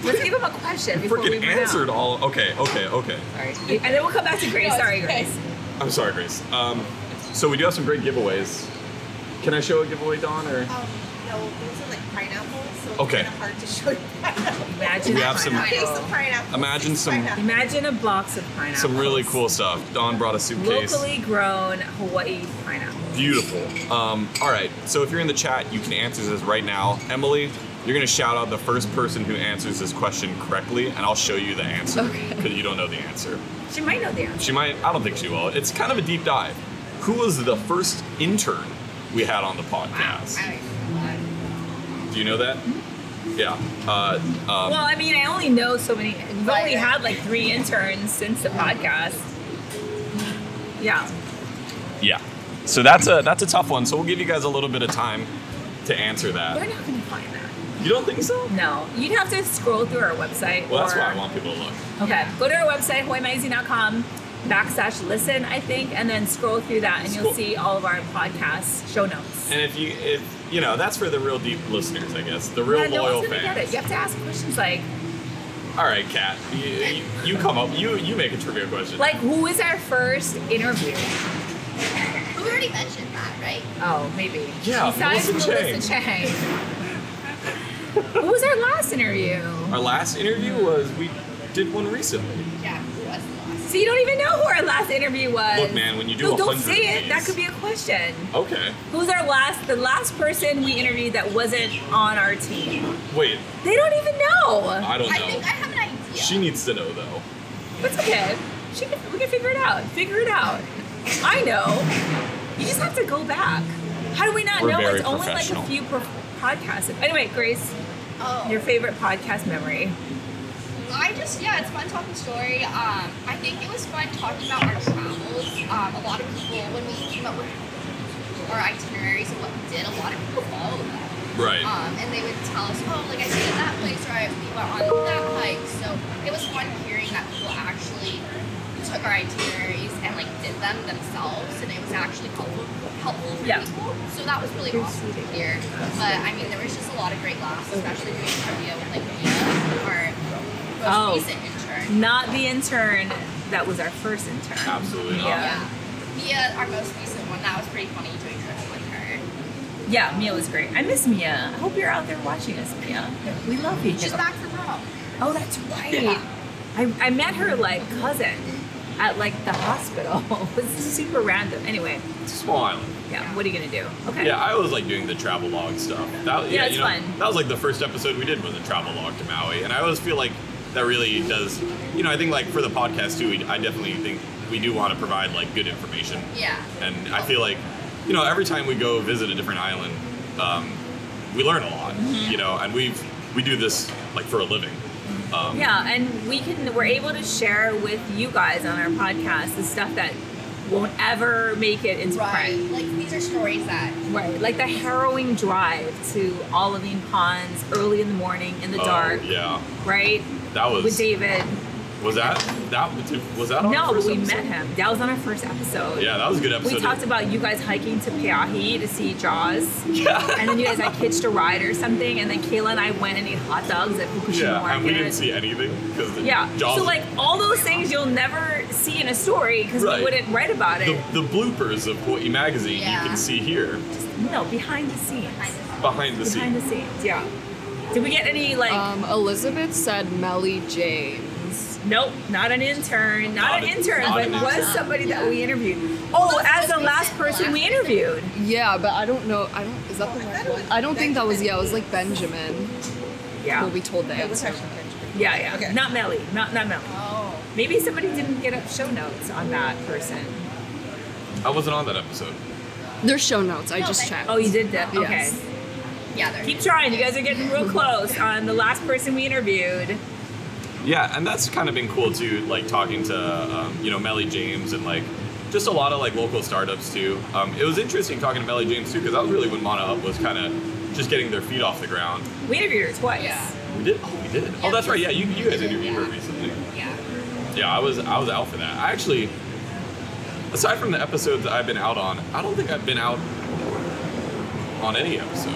[SPEAKER 2] Let's give them a question before we
[SPEAKER 1] Freaking
[SPEAKER 2] run out.
[SPEAKER 1] answered all. Okay, okay, okay.
[SPEAKER 2] Sorry. And then we'll come back to Grace.
[SPEAKER 3] No, it's
[SPEAKER 2] Sorry,
[SPEAKER 3] okay.
[SPEAKER 2] Grace.
[SPEAKER 1] I'm sorry, Grace. Um, so we do have some great giveaways. Can I show a giveaway, Dawn? Or
[SPEAKER 3] Oh,
[SPEAKER 5] Um, no, those are like pineapples, so
[SPEAKER 1] Okay.
[SPEAKER 5] it's kind of hard to show you pineapple.
[SPEAKER 2] Imagine
[SPEAKER 1] We
[SPEAKER 2] a
[SPEAKER 1] have some-
[SPEAKER 2] pineapple.
[SPEAKER 5] Case
[SPEAKER 3] Oh.
[SPEAKER 5] of pineapple.
[SPEAKER 1] Imagine
[SPEAKER 5] six
[SPEAKER 1] some-
[SPEAKER 5] pineapples.
[SPEAKER 2] Imagine a box of pineapple.
[SPEAKER 1] some really cool stuff. Dawn brought a suitcase.
[SPEAKER 2] Locally grown Hawaii pineapple.
[SPEAKER 1] Beautiful. Um, all right. So if you're in the chat, you can answer this right now. Emily, you're gonna shout out the first person who answers this question correctly, and I'll show you the answer
[SPEAKER 4] Okay.
[SPEAKER 1] because you don't know the answer.
[SPEAKER 2] She might know the answer.
[SPEAKER 1] She might. I don't think she will. It's kind of a deep dive. Who was the first intern we had on the podcast?
[SPEAKER 3] I don't
[SPEAKER 1] Do you know that? Yeah. Uh, um,
[SPEAKER 2] Well, I mean, I only know so many. We've
[SPEAKER 3] Right.
[SPEAKER 2] only had like three interns since the podcast. Yeah.
[SPEAKER 1] Yeah. So that's a that's a tough one. So we'll give you guys a little bit of time to answer
[SPEAKER 2] We're
[SPEAKER 1] that.
[SPEAKER 2] not going to find that.
[SPEAKER 1] You don't think so?
[SPEAKER 2] No. You'd have to scroll through our website.
[SPEAKER 1] Well, that's
[SPEAKER 2] or-
[SPEAKER 1] why I want people to look.
[SPEAKER 2] Okay. Go to our website, hawaiimagazine.com backslash listen, I think, and then scroll through that and you'll
[SPEAKER 1] Scroll.
[SPEAKER 2] see all of our podcast show notes.
[SPEAKER 1] And if you if you know, that's for the real deep listeners, I guess. The real
[SPEAKER 2] yeah, no
[SPEAKER 1] loyal
[SPEAKER 2] one's gonna get
[SPEAKER 1] fans.
[SPEAKER 2] it. You have to ask questions like,
[SPEAKER 1] All right, Kat, you, you, you come up. You you make a trivia question.
[SPEAKER 2] like who is our first interview?
[SPEAKER 3] But we already mentioned that, right?
[SPEAKER 2] Oh, maybe.
[SPEAKER 1] Yeah,
[SPEAKER 2] Besides
[SPEAKER 1] Melissa
[SPEAKER 2] Melissa Chang. who was our last interview?
[SPEAKER 1] Our last interview was we did one recently.
[SPEAKER 3] Yeah, who was the last?
[SPEAKER 2] So you don't even know who our last interview was.
[SPEAKER 1] Look, man, when you do
[SPEAKER 2] no,
[SPEAKER 1] a
[SPEAKER 2] don't
[SPEAKER 1] hundred
[SPEAKER 2] say
[SPEAKER 1] of
[SPEAKER 2] it. That
[SPEAKER 1] these-
[SPEAKER 2] could be a question.
[SPEAKER 1] Okay.
[SPEAKER 2] Who's our last? The last person we interviewed that wasn't on our team.
[SPEAKER 1] Wait,
[SPEAKER 2] They don't even know.
[SPEAKER 1] I don't
[SPEAKER 3] I
[SPEAKER 1] know.
[SPEAKER 3] think I have an idea.
[SPEAKER 1] She needs to know though.
[SPEAKER 2] It's okay. She can, we can figure it out. Figure it out. I know. You just have to go back. How do we not
[SPEAKER 1] We're
[SPEAKER 2] know?
[SPEAKER 1] very
[SPEAKER 2] It's only like a
[SPEAKER 1] professional.
[SPEAKER 2] few pro- podcasts. Anyway, Grace,
[SPEAKER 3] oh.
[SPEAKER 2] your favorite podcast memory.
[SPEAKER 3] I just yeah, it's fun talking story. Um, I think it was fun talking about our travels. Um, a lot of people when we came up with our itineraries and what we did, a lot of people followed that.
[SPEAKER 1] Right.
[SPEAKER 2] Uh,
[SPEAKER 3] Um, and they would tell us, oh, like I stayed at that place, or I, we went on that hike. So it was fun hearing that people actually took our itineraries and like did them themselves, and it was actually helpful, helpful for
[SPEAKER 2] Yeah.
[SPEAKER 3] people. So that was really awesome to hear. But I mean, there was just a lot of great laughs, especially doing trivia with like Mia, our most
[SPEAKER 2] Oh.
[SPEAKER 3] recent intern.
[SPEAKER 2] Not the intern that was our first intern.
[SPEAKER 1] Absolutely not.
[SPEAKER 2] Yeah.
[SPEAKER 3] Yeah. Mia, our most recent one, that was pretty funny doing trivia with her.
[SPEAKER 2] Yeah, Mia was great. I miss Mia. I hope you're out there watching us, Mia. We love you.
[SPEAKER 3] She's back from Rome.
[SPEAKER 2] Oh, that's right.
[SPEAKER 3] Yeah.
[SPEAKER 2] I, I met her like cousin at like the hospital. it was super random. Anyway,
[SPEAKER 1] It's a small island.
[SPEAKER 2] yeah. What are you gonna do? Okay.
[SPEAKER 1] Yeah, I always like doing the travel log stuff. That,
[SPEAKER 2] Yeah, it's
[SPEAKER 1] you know,
[SPEAKER 2] fun.
[SPEAKER 1] That was like the first episode we did was a travel log to Maui, and I always feel like that really does. You know, I think like for the podcast too, we, I definitely think we do want to provide like good information,
[SPEAKER 3] Yeah.
[SPEAKER 1] and I feel like you know every time we go visit a different island, um, we learn a lot.
[SPEAKER 2] Mm-hmm.
[SPEAKER 1] You know, and we've we do this like for a living. Um,
[SPEAKER 2] Yeah, and we can we're able to share with you guys on our podcast the stuff that won't ever make it into
[SPEAKER 3] Right.
[SPEAKER 2] print.
[SPEAKER 3] Like these are stories that
[SPEAKER 2] Right. Like the harrowing drive to Olivine Ponds early in the morning in the
[SPEAKER 1] oh,
[SPEAKER 2] dark,
[SPEAKER 1] yeah,
[SPEAKER 2] right?
[SPEAKER 1] that was
[SPEAKER 2] With David.
[SPEAKER 1] was that that was that on the
[SPEAKER 2] No, but
[SPEAKER 1] first
[SPEAKER 2] we
[SPEAKER 1] episode?
[SPEAKER 2] met him. That was on our first episode.
[SPEAKER 1] Yeah, that was a good episode.
[SPEAKER 2] We talked about you guys hiking to Peahi to see Jaws.
[SPEAKER 1] Yeah.
[SPEAKER 2] And then you guys I hitched a ride or something, and then Kayla and I went and ate hot dogs at Fukushima
[SPEAKER 1] Yeah,
[SPEAKER 2] Market.
[SPEAKER 1] and we didn't see anything because
[SPEAKER 2] Yeah.
[SPEAKER 1] Jaws.
[SPEAKER 2] So like all those things you'll never see in a story because
[SPEAKER 1] Right.
[SPEAKER 2] we wouldn't write about
[SPEAKER 1] the,
[SPEAKER 2] it.
[SPEAKER 1] the bloopers of Hawaii magazine
[SPEAKER 3] Yeah.
[SPEAKER 1] you can see here
[SPEAKER 2] no, behind the scenes.
[SPEAKER 3] kind of
[SPEAKER 1] behind the
[SPEAKER 2] Behind the
[SPEAKER 1] scenes.
[SPEAKER 2] scenes. Yeah. Did we get any like?
[SPEAKER 4] Um, Elizabeth said Melly James.
[SPEAKER 2] nope, not an intern. Not,
[SPEAKER 1] Not
[SPEAKER 2] an
[SPEAKER 1] an-
[SPEAKER 2] intern,
[SPEAKER 1] not
[SPEAKER 2] but
[SPEAKER 1] an
[SPEAKER 2] was
[SPEAKER 1] intern.
[SPEAKER 2] somebody that we interviewed. Oh, as the
[SPEAKER 3] we
[SPEAKER 2] last
[SPEAKER 3] said
[SPEAKER 2] person
[SPEAKER 3] last
[SPEAKER 2] we interviewed.
[SPEAKER 4] Yeah, but I don't know. I don't. Is that the
[SPEAKER 5] I
[SPEAKER 4] right
[SPEAKER 5] thought it
[SPEAKER 4] one?
[SPEAKER 5] was
[SPEAKER 4] I don't think that was. Yeah, it was like
[SPEAKER 5] Benjamin.
[SPEAKER 4] Benjamin.
[SPEAKER 2] Yeah.
[SPEAKER 4] What we told the
[SPEAKER 5] It was
[SPEAKER 4] answer.
[SPEAKER 5] actually Benjamin.
[SPEAKER 2] Yeah, yeah.
[SPEAKER 5] Okay.
[SPEAKER 2] Not Melly. Not not Melly.
[SPEAKER 3] Oh.
[SPEAKER 2] Maybe somebody didn't get up show notes on that person.
[SPEAKER 1] I wasn't on that episode.
[SPEAKER 4] There's show notes. I
[SPEAKER 3] No,
[SPEAKER 4] just
[SPEAKER 3] thank-
[SPEAKER 4] checked.
[SPEAKER 2] Oh, you did that.
[SPEAKER 4] Yes.
[SPEAKER 2] Okay.
[SPEAKER 3] Yeah, they're
[SPEAKER 2] Keep trying. You guys are getting real close on the last person we interviewed.
[SPEAKER 1] Yeah, and that's kind of been cool too. Like talking to um, you know Melly James and like just a lot of like local startups too. Um, it was interesting talking to Melly James too because that was really when Mana Up was kind of just getting their feet off the ground.
[SPEAKER 2] We interviewed her twice.
[SPEAKER 3] Yeah.
[SPEAKER 1] We did. Oh, we did. Oh, that's right. Yeah, you, you guys interviewed her
[SPEAKER 3] Yeah.
[SPEAKER 1] recently.
[SPEAKER 3] Yeah.
[SPEAKER 1] Yeah, I was I was out for that. I actually, aside from the episodes I've been out on, I don't think I've been out on any episode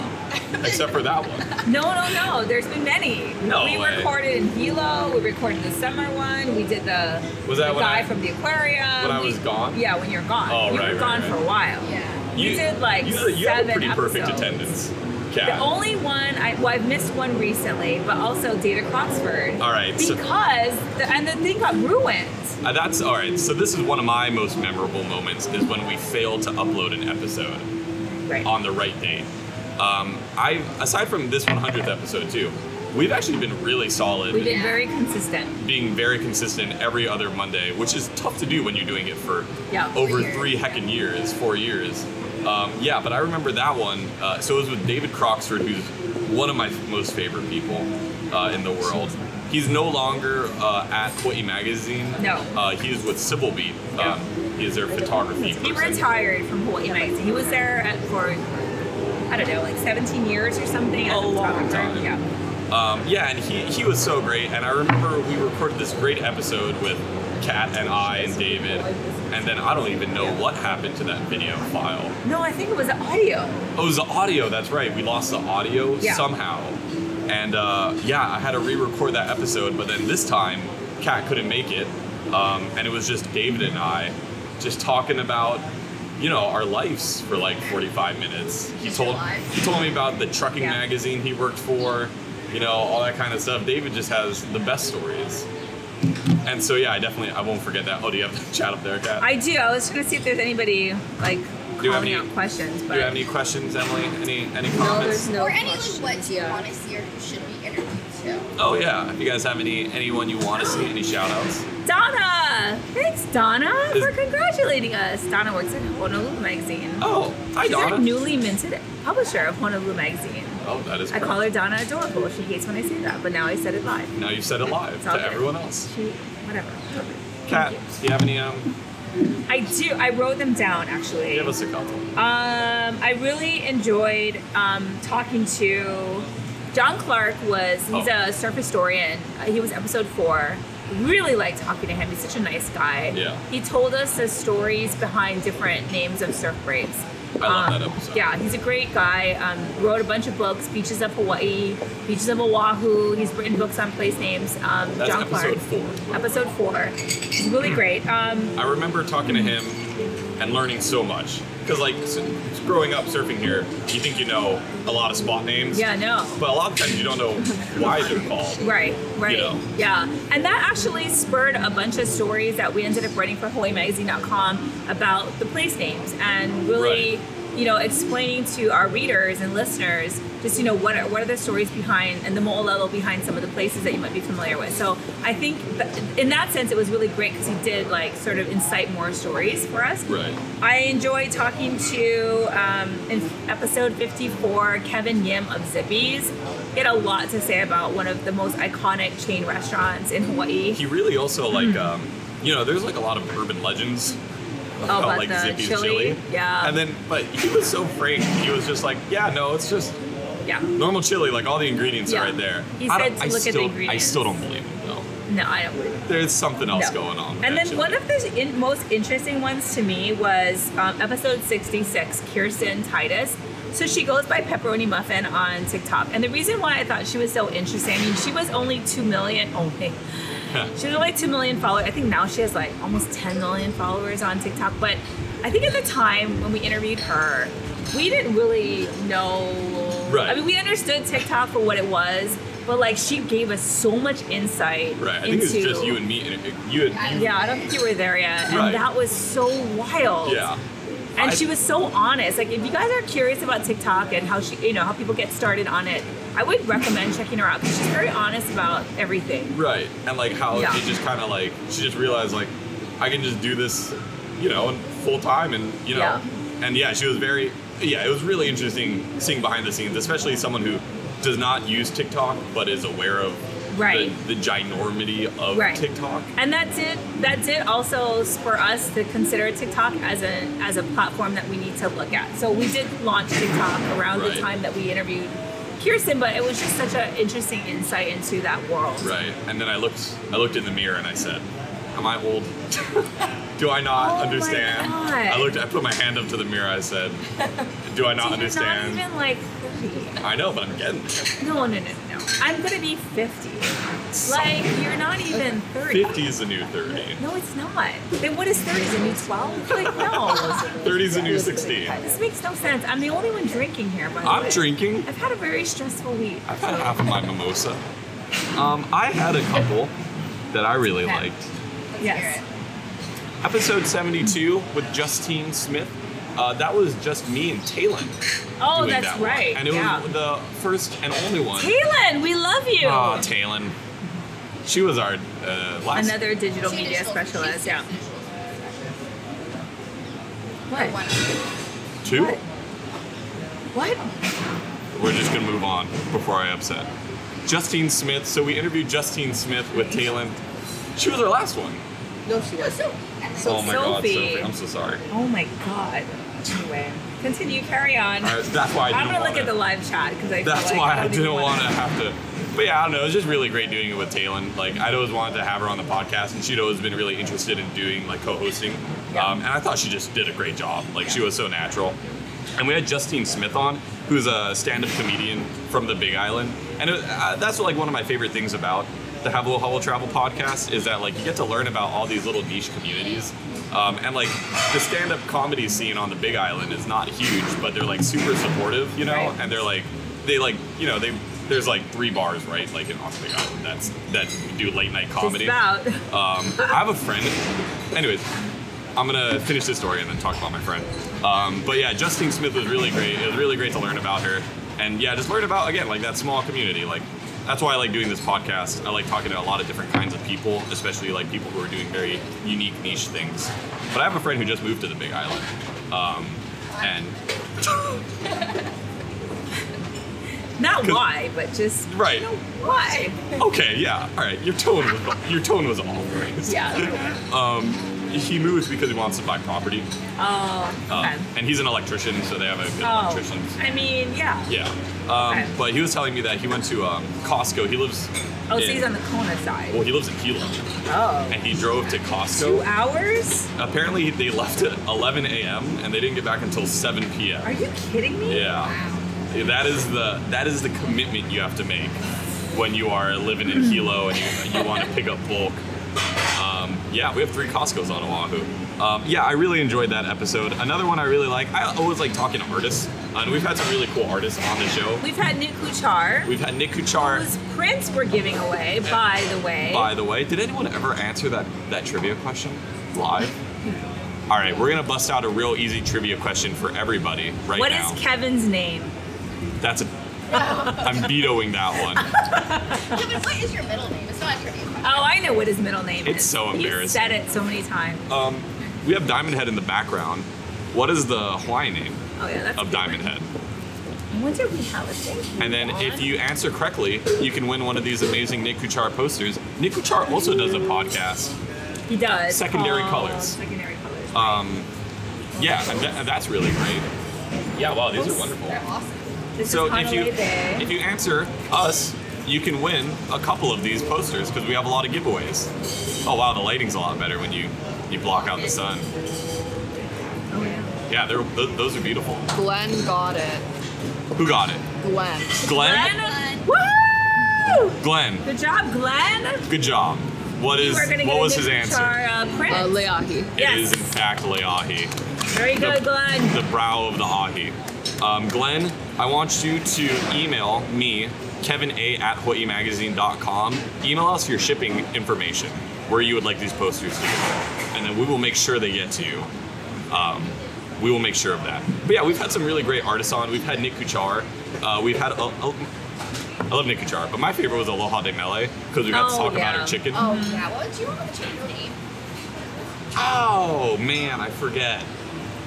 [SPEAKER 1] except for that one.
[SPEAKER 2] No, no, no. There's been many.
[SPEAKER 1] No
[SPEAKER 2] We
[SPEAKER 1] way.
[SPEAKER 2] recorded in Hilo. We recorded the summer one. We did the,
[SPEAKER 1] Was that
[SPEAKER 2] the
[SPEAKER 1] when
[SPEAKER 2] guy
[SPEAKER 1] I-
[SPEAKER 2] from the aquarium.
[SPEAKER 1] when I
[SPEAKER 2] We-
[SPEAKER 1] was gone?
[SPEAKER 2] Yeah, when you're gone.
[SPEAKER 1] Oh,
[SPEAKER 2] you
[SPEAKER 1] right,
[SPEAKER 2] were
[SPEAKER 1] right,
[SPEAKER 2] gone
[SPEAKER 1] right.
[SPEAKER 2] for a while.
[SPEAKER 3] Yeah.
[SPEAKER 2] We did, like,
[SPEAKER 1] you had, you had a
[SPEAKER 2] seven
[SPEAKER 1] pretty perfect
[SPEAKER 2] episodes.
[SPEAKER 1] attendance.
[SPEAKER 2] The
[SPEAKER 1] Cat.
[SPEAKER 2] only one I well I've missed one recently, but also Data Crossford.
[SPEAKER 1] All right, so-
[SPEAKER 2] Because the, and the thing got ruined.
[SPEAKER 1] Uh, that's all right. So this is one of my most memorable moments is when we failed to upload an episode
[SPEAKER 2] Right.
[SPEAKER 1] on the right date. Um, I aside from this 100th episode too, we've actually been really solid.
[SPEAKER 2] We've been
[SPEAKER 3] Yeah.
[SPEAKER 2] very consistent.
[SPEAKER 1] being very consistent every other Monday, which is tough to do when you're doing it for
[SPEAKER 2] Yeah, four
[SPEAKER 1] over
[SPEAKER 3] years.
[SPEAKER 1] three heckin' years, four years. Um, yeah, but I remember that one. Uh, so it was with David Croxford, who's one of my most favorite people uh, in the world. He's no longer uh, at Hawaii Magazine.
[SPEAKER 2] No.
[SPEAKER 1] Uh, he is with Sybil Beat.
[SPEAKER 2] Yeah.
[SPEAKER 1] Um, he is their photography
[SPEAKER 2] He
[SPEAKER 1] person.
[SPEAKER 2] retired from Hawaii Nights. He was there at, for I don't know, like 17 years or something. I
[SPEAKER 1] A
[SPEAKER 2] don't
[SPEAKER 1] long
[SPEAKER 2] remember.
[SPEAKER 1] time.
[SPEAKER 2] Yeah.
[SPEAKER 1] Um, yeah, and he, he was so great. And I remember we recorded this great episode with Kat and I and David. And then I don't even know what happened to that video file.
[SPEAKER 2] No, I think it was audio.
[SPEAKER 1] Oh, it was the audio. That's right. We lost the audio
[SPEAKER 2] Yeah.
[SPEAKER 1] somehow. And uh, yeah, I had to re-record that episode, but then this time, Kat couldn't make it, um, and it was just David and I, just talking about, you know, our lives for like 45 minutes. He
[SPEAKER 3] Just
[SPEAKER 1] told
[SPEAKER 3] your lives.
[SPEAKER 1] he told me about the trucking
[SPEAKER 2] Yeah.
[SPEAKER 1] magazine he worked for, you know, all that kind of stuff. David just has the best stories. And so yeah, I definitely I won't forget that. Oh, do you have the chat up there, Kat?
[SPEAKER 2] I do. I was trying to see if there's anybody like
[SPEAKER 1] Do you have
[SPEAKER 2] calling
[SPEAKER 1] any-
[SPEAKER 2] out questions,
[SPEAKER 1] do
[SPEAKER 2] but
[SPEAKER 1] you have any questions, Emily? Any any comments?
[SPEAKER 4] No, there's no
[SPEAKER 3] or any
[SPEAKER 4] questions,
[SPEAKER 3] like what do you
[SPEAKER 4] yeah.
[SPEAKER 3] want to see or who should we interview too?
[SPEAKER 1] Oh yeah. If you guys have any anyone you want to see, any shout outs.
[SPEAKER 2] Donna! Thanks, Donna,
[SPEAKER 1] Is-
[SPEAKER 2] for congratulating us. Donna works at Honolulu Magazine.
[SPEAKER 1] Oh, hi
[SPEAKER 2] She's our
[SPEAKER 1] Donna.
[SPEAKER 2] newly minted publisher of Honolulu Magazine.
[SPEAKER 1] oh, that is
[SPEAKER 2] I
[SPEAKER 1] correct.
[SPEAKER 2] call her Donna Adorable. She hates when I say that, but now I said it live.
[SPEAKER 1] Now you've said it live
[SPEAKER 2] It's
[SPEAKER 1] to
[SPEAKER 2] all good.
[SPEAKER 1] everyone else.
[SPEAKER 2] She, whatever.
[SPEAKER 1] Kat, do you have any um
[SPEAKER 2] I do. I wrote them down actually.
[SPEAKER 1] give us a couple.
[SPEAKER 2] Um, I really enjoyed um, talking to John Clark. Was he's
[SPEAKER 1] Oh.
[SPEAKER 2] a surf historian? Uh, he was episode four. Really liked talking to him. He's such a nice guy.
[SPEAKER 1] Yeah.
[SPEAKER 2] He told us the stories behind different names of surf breaks.
[SPEAKER 1] I love that episode.
[SPEAKER 2] Um, Yeah, he's a great guy. Um, wrote a bunch of books, Beaches of Hawaii, Beaches of Oahu. He's written books on place names. Um,
[SPEAKER 1] That's
[SPEAKER 2] John
[SPEAKER 1] episode
[SPEAKER 2] Clark.
[SPEAKER 1] four. Hmm.
[SPEAKER 2] Episode four. He's really great. Um,
[SPEAKER 1] I remember talking to him and learning so much. Because like s- growing up surfing here, you think you know a lot of spot names.
[SPEAKER 2] yeah, no.
[SPEAKER 1] But a lot of times you don't know why they're called.
[SPEAKER 2] Right, right.
[SPEAKER 1] know?
[SPEAKER 2] Yeah. And that actually spurred a bunch of stories that we ended up writing for HawaiiMagazine.com about the place names and really,
[SPEAKER 1] Right.
[SPEAKER 2] you know, explaining to our readers and listeners just, you know, what are, what are the stories behind and the moral level behind some of the places that you might be familiar with. So I think th- in that sense, it was really great because he did, like, sort of incite more stories for us.
[SPEAKER 1] Right.
[SPEAKER 2] I enjoy talking to um, in episode 54 Kevin Yim of Zippy's. He had a lot to say about one of the most iconic chain restaurants in Hawaii.
[SPEAKER 1] He really also like
[SPEAKER 2] Hmm.
[SPEAKER 1] um you know, there's like a lot of urban legends about,
[SPEAKER 2] Oh, about
[SPEAKER 1] like
[SPEAKER 2] the
[SPEAKER 1] Zippy's
[SPEAKER 2] chili? Yeah.
[SPEAKER 1] And then but he was so frank. He was just like, Yeah, no, it's just
[SPEAKER 2] yeah.
[SPEAKER 1] Normal chili, like all the ingredients
[SPEAKER 2] Yeah.
[SPEAKER 1] are right there.
[SPEAKER 2] He
[SPEAKER 1] I
[SPEAKER 2] said
[SPEAKER 1] don't-
[SPEAKER 2] to
[SPEAKER 1] I
[SPEAKER 2] look at the
[SPEAKER 1] still-
[SPEAKER 2] ingredients.
[SPEAKER 1] I still don't believe it though.
[SPEAKER 2] No, I don't believe it.
[SPEAKER 1] There's something else
[SPEAKER 2] No.
[SPEAKER 1] going on. with
[SPEAKER 2] And
[SPEAKER 1] that
[SPEAKER 2] then
[SPEAKER 1] chili.
[SPEAKER 2] one of the in, most interesting ones to me was um, episode 66, Kirsten Titus. So she goes by Pepperoni Muffin on TikTok. And the reason why I thought she was so interesting, I mean, she was only 2 million, only. she was only 2 million followers. I think now she has like almost 10 million followers on TikTok. But I think at the time when we interviewed her, we didn't really know.
[SPEAKER 1] Right.
[SPEAKER 2] I mean, we understood TikTok for what it was, but like she gave us so much insight
[SPEAKER 1] right. I
[SPEAKER 2] into
[SPEAKER 1] think it's just you and me. And it, you and
[SPEAKER 2] yeah, I don't think you were there yet. And
[SPEAKER 1] Right.
[SPEAKER 2] that was so wild.
[SPEAKER 1] yeah,
[SPEAKER 2] And
[SPEAKER 1] I-
[SPEAKER 2] she was so honest. Like if you guys are curious about TikTok and how she you know, how people get started on it, I would recommend checking her out because she's very honest about everything.
[SPEAKER 1] right. And like how
[SPEAKER 2] Yeah.
[SPEAKER 1] it just kind of like she just realized like I can just do this, you know, and full time and you know,
[SPEAKER 2] Yeah.
[SPEAKER 1] and yeah, she was very yeah. It was really interesting seeing behind the scenes, especially someone who does not use TikTok but is aware of
[SPEAKER 2] Right.
[SPEAKER 1] the, the ginormity of
[SPEAKER 2] Right.
[SPEAKER 1] TikTok.
[SPEAKER 2] And that did that did also spur us to consider TikTok as a as a platform that we need to look at. So we did launch TikTok around
[SPEAKER 1] Right.
[SPEAKER 2] the time that we interviewed Kirsten, but it was just such an interesting insight into that world.
[SPEAKER 1] Right. And then I looked I looked in the mirror and I said, Am I old? Do I not
[SPEAKER 2] Oh my
[SPEAKER 1] understand?
[SPEAKER 2] God.
[SPEAKER 1] I looked I put my hand up to the mirror, I said, Do I not
[SPEAKER 2] You're
[SPEAKER 1] understand?
[SPEAKER 2] not even like 30.
[SPEAKER 1] I know, but I'm getting there.
[SPEAKER 2] No, no, no, no. I'm gonna be 50. Like, you're not even 30.
[SPEAKER 1] fifty is the new thirty.
[SPEAKER 2] No, it's not. Then what is 30? Is it new 12? Like, no.
[SPEAKER 1] 30 is the new sixteen.
[SPEAKER 2] this makes no sense. I'm the only one drinking here, by the way.
[SPEAKER 1] I'm drinking.
[SPEAKER 2] I've had a very stressful week.
[SPEAKER 1] I've had half of my mimosa. Um, I had a couple that I really
[SPEAKER 3] Okay.
[SPEAKER 1] liked.
[SPEAKER 3] Let's
[SPEAKER 2] Yes.
[SPEAKER 3] hear it.
[SPEAKER 1] Episode 72 with Justine Smith. Uh, that was just me and Talon.
[SPEAKER 2] Oh,
[SPEAKER 1] doing
[SPEAKER 2] that's
[SPEAKER 1] that one.
[SPEAKER 2] right.
[SPEAKER 1] And it
[SPEAKER 2] yeah.
[SPEAKER 1] was the first and only one.
[SPEAKER 2] Kaylin, we love you.
[SPEAKER 1] Oh, Talon. She was our uh, last.
[SPEAKER 2] Another digital
[SPEAKER 3] Two
[SPEAKER 2] media
[SPEAKER 3] digital-
[SPEAKER 2] specialist.
[SPEAKER 3] she's
[SPEAKER 2] Yeah.
[SPEAKER 3] a digital specialist. One
[SPEAKER 2] What?
[SPEAKER 3] of
[SPEAKER 1] two.
[SPEAKER 3] them.
[SPEAKER 2] What?
[SPEAKER 1] We're just gonna move on before I upset. Justine Smith. So we interviewed Justine Smith with Talon. She was our last one.
[SPEAKER 5] No, she was.
[SPEAKER 3] So, and then
[SPEAKER 1] oh my god,
[SPEAKER 2] Sophie.
[SPEAKER 1] Sophie. I'm so sorry.
[SPEAKER 2] Oh my god. Anyway, continue. Carry on.
[SPEAKER 1] All right, that's why I
[SPEAKER 2] I'm
[SPEAKER 1] didn't.
[SPEAKER 2] gonna look
[SPEAKER 1] wanna-
[SPEAKER 2] at the live chat because I.
[SPEAKER 1] That's
[SPEAKER 2] feel like
[SPEAKER 1] why
[SPEAKER 2] I
[SPEAKER 1] I
[SPEAKER 2] don't
[SPEAKER 1] didn't
[SPEAKER 2] even
[SPEAKER 1] want
[SPEAKER 2] wanna-
[SPEAKER 1] to have to But yeah, I don't know. It was just really great doing it with Taylin. Like, I'd always wanted to have her on the podcast, and she'd always been really interested in doing like co-hosting. Um, and I thought she just did a great job. Like, she was so natural. And we had Justine Smith on, who's a stand-up comedian from the Big Island, and it, uh, that's like one of my favorite things about the Have a Little Hubble Travel podcast is that like you get to learn about all these little niche communities. Um, and like the stand-up comedy scene on the Big Island is not huge, but they're like super supportive, you know.
[SPEAKER 2] Right.
[SPEAKER 1] And they're like, they like, you know, they there's like three bars right, like in on the Big Island that's that do late night
[SPEAKER 2] Just
[SPEAKER 1] comedy.
[SPEAKER 2] about.
[SPEAKER 1] Um, I have a friend. Anyways, I'm gonna finish this story and then talk about my friend. Um, but yeah, Justine Smith was really great. It was really great to learn about her, and yeah, just learn about again like that small community. Like that's why I like doing this podcast. I like talking to a lot of different kinds of people, especially like people who are doing very unique niche things. But I have a friend who just moved to the Big Island, um, and
[SPEAKER 2] Not
[SPEAKER 1] Cause-
[SPEAKER 2] why, but just
[SPEAKER 1] Right.
[SPEAKER 2] You know, why?
[SPEAKER 1] okay, yeah, all right, your tone was your tone was off. Right?
[SPEAKER 2] Yeah.
[SPEAKER 1] Um, he moves because he wants to buy property.
[SPEAKER 2] Oh.
[SPEAKER 1] Um,
[SPEAKER 2] Okay.
[SPEAKER 1] And he's an electrician, so they have a good electrician.
[SPEAKER 2] Oh. I mean, yeah.
[SPEAKER 1] Yeah. Um,
[SPEAKER 2] Okay.
[SPEAKER 1] But he was telling me that he went to um, Costco. He lives.
[SPEAKER 2] Oh, so
[SPEAKER 1] in-
[SPEAKER 2] he's on the Kona side.
[SPEAKER 1] Well, he lives in Hilo,
[SPEAKER 2] oh.
[SPEAKER 1] and he drove to Costco.
[SPEAKER 2] Two hours?
[SPEAKER 1] Apparently, they left at 11 a.m. and they didn't get back until 7 p.m.
[SPEAKER 2] Are you kidding me?
[SPEAKER 1] Yeah. That is the that is the commitment you have to make when you are living in Hilo and you, you want to pick up bulk. Um, yeah, we have three Costco's on Oahu. Um, yeah, I really enjoyed that episode. Another one I really like. I always like talking to artists, and we've had some really cool artists on the show.
[SPEAKER 2] We've had Nick Kuchar,
[SPEAKER 1] We've had Nick Kuchar.
[SPEAKER 2] whose prints we're giving away, by the way.
[SPEAKER 1] By the way, did anyone ever answer that, that trivia question live? All right, we're gonna bust out a real easy trivia question for everybody right
[SPEAKER 2] What is
[SPEAKER 1] now.
[SPEAKER 2] Kevin's name?
[SPEAKER 1] That's a. I'm vetoing that one.
[SPEAKER 3] Yeah, but what is your middle name? It's not a trivia question.
[SPEAKER 2] Oh, I know what his middle name
[SPEAKER 1] It's
[SPEAKER 2] is.
[SPEAKER 1] so
[SPEAKER 2] You've
[SPEAKER 1] embarrassing.
[SPEAKER 2] said it so many times.
[SPEAKER 1] Um, we have Diamond Head in the background. What is the Hawaiian name
[SPEAKER 2] oh yeah, that's a
[SPEAKER 1] of
[SPEAKER 2] good
[SPEAKER 1] Diamond
[SPEAKER 2] one.
[SPEAKER 1] Head?
[SPEAKER 2] I wonder if we have a thing.
[SPEAKER 1] And then if you answer correctly, you can win one of these amazing Nick Kuchar posters. Nick Kuchar also does a podcast.
[SPEAKER 2] He does.
[SPEAKER 1] Secondary
[SPEAKER 2] Oh,
[SPEAKER 1] colors.
[SPEAKER 2] Secondary colors.
[SPEAKER 1] Um, yeah, and tha- that's really great. Yeah, wow, these are wonderful.
[SPEAKER 3] They're awesome.
[SPEAKER 2] This
[SPEAKER 1] So
[SPEAKER 2] is
[SPEAKER 1] if you
[SPEAKER 2] Hanalei Bay.
[SPEAKER 1] if you answer us, you can win a couple of these posters because we have a lot of giveaways. Oh wow, the lighting's a lot better when you you block out the sun.
[SPEAKER 2] oh yeah.
[SPEAKER 1] Yeah, they're, th- those are beautiful.
[SPEAKER 4] Glenn got it.
[SPEAKER 1] Who got it?
[SPEAKER 4] Glenn.
[SPEAKER 1] Glenn.
[SPEAKER 2] Glenn. Woo!
[SPEAKER 1] Glenn.
[SPEAKER 2] Good job, Glenn.
[SPEAKER 1] Good job. What
[SPEAKER 2] You
[SPEAKER 1] is
[SPEAKER 2] are gonna get
[SPEAKER 1] what
[SPEAKER 2] a
[SPEAKER 1] was his
[SPEAKER 2] Nick
[SPEAKER 1] answer?
[SPEAKER 2] Kuchar, uh, print.
[SPEAKER 4] Uh, Leahi.
[SPEAKER 1] It
[SPEAKER 2] yes.
[SPEAKER 1] is in fact Leahi.
[SPEAKER 2] Very good, Glenn.
[SPEAKER 1] the brow of the ahi. Um, Glenn, I want you to email me, kevina at hawaiimagazine.com. Email us your shipping information, where you would like these posters to go, and then we will make sure they get to you. Um, we will make sure of that. But yeah, we've had some really great artists on. We've had Nick Kuchar. Uh, we've had, uh, uh, I love Nick Kuchar, but my favorite was Aloha de Mele, because we got to
[SPEAKER 2] Oh,
[SPEAKER 1] talk about
[SPEAKER 2] yeah.
[SPEAKER 1] her chicken.
[SPEAKER 3] Oh yeah. Well, do you remember the channel name?
[SPEAKER 1] oh man, I forget.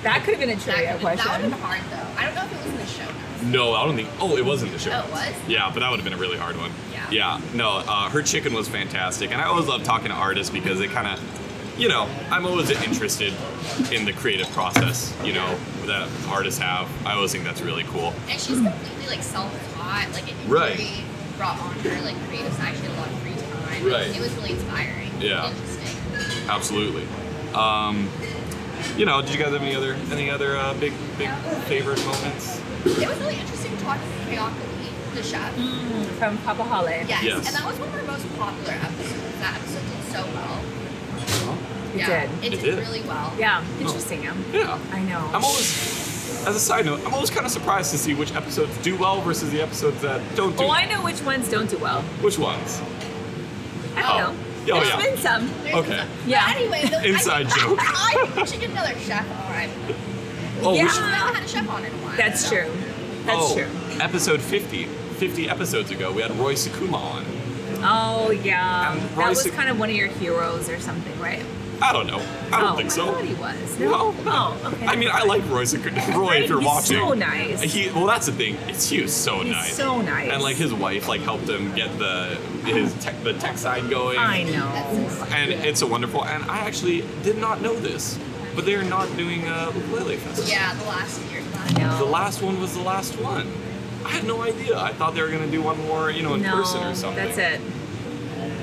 [SPEAKER 2] That could have been a
[SPEAKER 3] That
[SPEAKER 2] trivia
[SPEAKER 3] would have been
[SPEAKER 2] question.
[SPEAKER 3] hard though. I don't know if it was in the show. notes.
[SPEAKER 1] No, I don't think. Oh, it was in the show.
[SPEAKER 3] Oh, it was?
[SPEAKER 1] Yeah, but that would have been a really hard one.
[SPEAKER 3] Yeah.
[SPEAKER 1] no, uh, her chicken was fantastic, and I always love talking to artists because they kind of, you know, I'm always interested in the creative process, you know, that artists have. I always think that's really cool.
[SPEAKER 3] And she's completely like self-taught. Like it
[SPEAKER 1] Right.
[SPEAKER 3] really brought on her like creative side. She had a lot of free time.
[SPEAKER 1] Right.
[SPEAKER 3] It was really inspiring.
[SPEAKER 1] Yeah.
[SPEAKER 3] Interesting.
[SPEAKER 1] Absolutely. Um, you know, did you guys have any other any other uh, big big favorite moments?
[SPEAKER 3] It was really interesting talking to Kayakali, the chef.
[SPEAKER 2] Mm, From Papa Hale.
[SPEAKER 3] Yes.
[SPEAKER 1] Yes.
[SPEAKER 3] And that was one of our most popular episodes. That episode did so well.
[SPEAKER 2] It
[SPEAKER 3] yeah.
[SPEAKER 2] did.
[SPEAKER 3] It,
[SPEAKER 1] It
[SPEAKER 3] did,
[SPEAKER 1] did.
[SPEAKER 3] really well.
[SPEAKER 2] Yeah, interesting. huh?
[SPEAKER 1] Yeah.
[SPEAKER 2] I know.
[SPEAKER 1] I'm always, as a side note, I'm always kind of surprised to see which episodes do well versus the episodes that don't do.
[SPEAKER 2] oh,
[SPEAKER 1] well.
[SPEAKER 2] I know which ones don't do well.
[SPEAKER 1] Which ones?
[SPEAKER 2] I don't
[SPEAKER 1] Oh.
[SPEAKER 2] know.
[SPEAKER 1] Yeah, oh,
[SPEAKER 2] There's
[SPEAKER 1] yeah.
[SPEAKER 2] been some.
[SPEAKER 3] There's
[SPEAKER 1] Okay.
[SPEAKER 3] some-
[SPEAKER 2] Yeah.
[SPEAKER 3] But anyway, the,
[SPEAKER 1] Inside
[SPEAKER 3] I think,
[SPEAKER 1] joke.
[SPEAKER 3] I think we should get another chef on.
[SPEAKER 1] Oh, we
[SPEAKER 2] Yeah.
[SPEAKER 3] We
[SPEAKER 1] should-
[SPEAKER 3] should not had a chef on in a while.
[SPEAKER 2] That's
[SPEAKER 3] so.
[SPEAKER 2] true. That's
[SPEAKER 1] oh,
[SPEAKER 2] true.
[SPEAKER 1] Episode 50. 50 episodes ago, we had Roy Sakuma on.
[SPEAKER 2] Oh yeah.
[SPEAKER 1] Um,
[SPEAKER 2] that
[SPEAKER 1] Roy
[SPEAKER 2] was
[SPEAKER 1] Sig-
[SPEAKER 2] kind of one of your heroes or something, right?
[SPEAKER 1] I don't know. I don't
[SPEAKER 2] oh,
[SPEAKER 1] think
[SPEAKER 2] I
[SPEAKER 1] so.
[SPEAKER 2] thought he was.
[SPEAKER 1] No,
[SPEAKER 2] No. Oh, okay.
[SPEAKER 1] I mean, I like Roy Sakuma. Roy,
[SPEAKER 2] Right?
[SPEAKER 1] if you're
[SPEAKER 2] He's
[SPEAKER 1] watching.
[SPEAKER 2] so nice.
[SPEAKER 1] He, well, that's the thing. It's he was so
[SPEAKER 2] He's
[SPEAKER 1] nice.
[SPEAKER 2] so nice.
[SPEAKER 1] And like his wife, like helped him get the his tech, the tech side going.
[SPEAKER 2] I know.
[SPEAKER 1] And it's a wonderful. And I actually did not know this, but they are not doing a ukulele festival.
[SPEAKER 3] Yeah, the last year.
[SPEAKER 2] I know.
[SPEAKER 1] The last one was the last one. I had no idea. I thought they were gonna do one more, you know, in
[SPEAKER 2] no,
[SPEAKER 1] person or something.
[SPEAKER 2] that's it.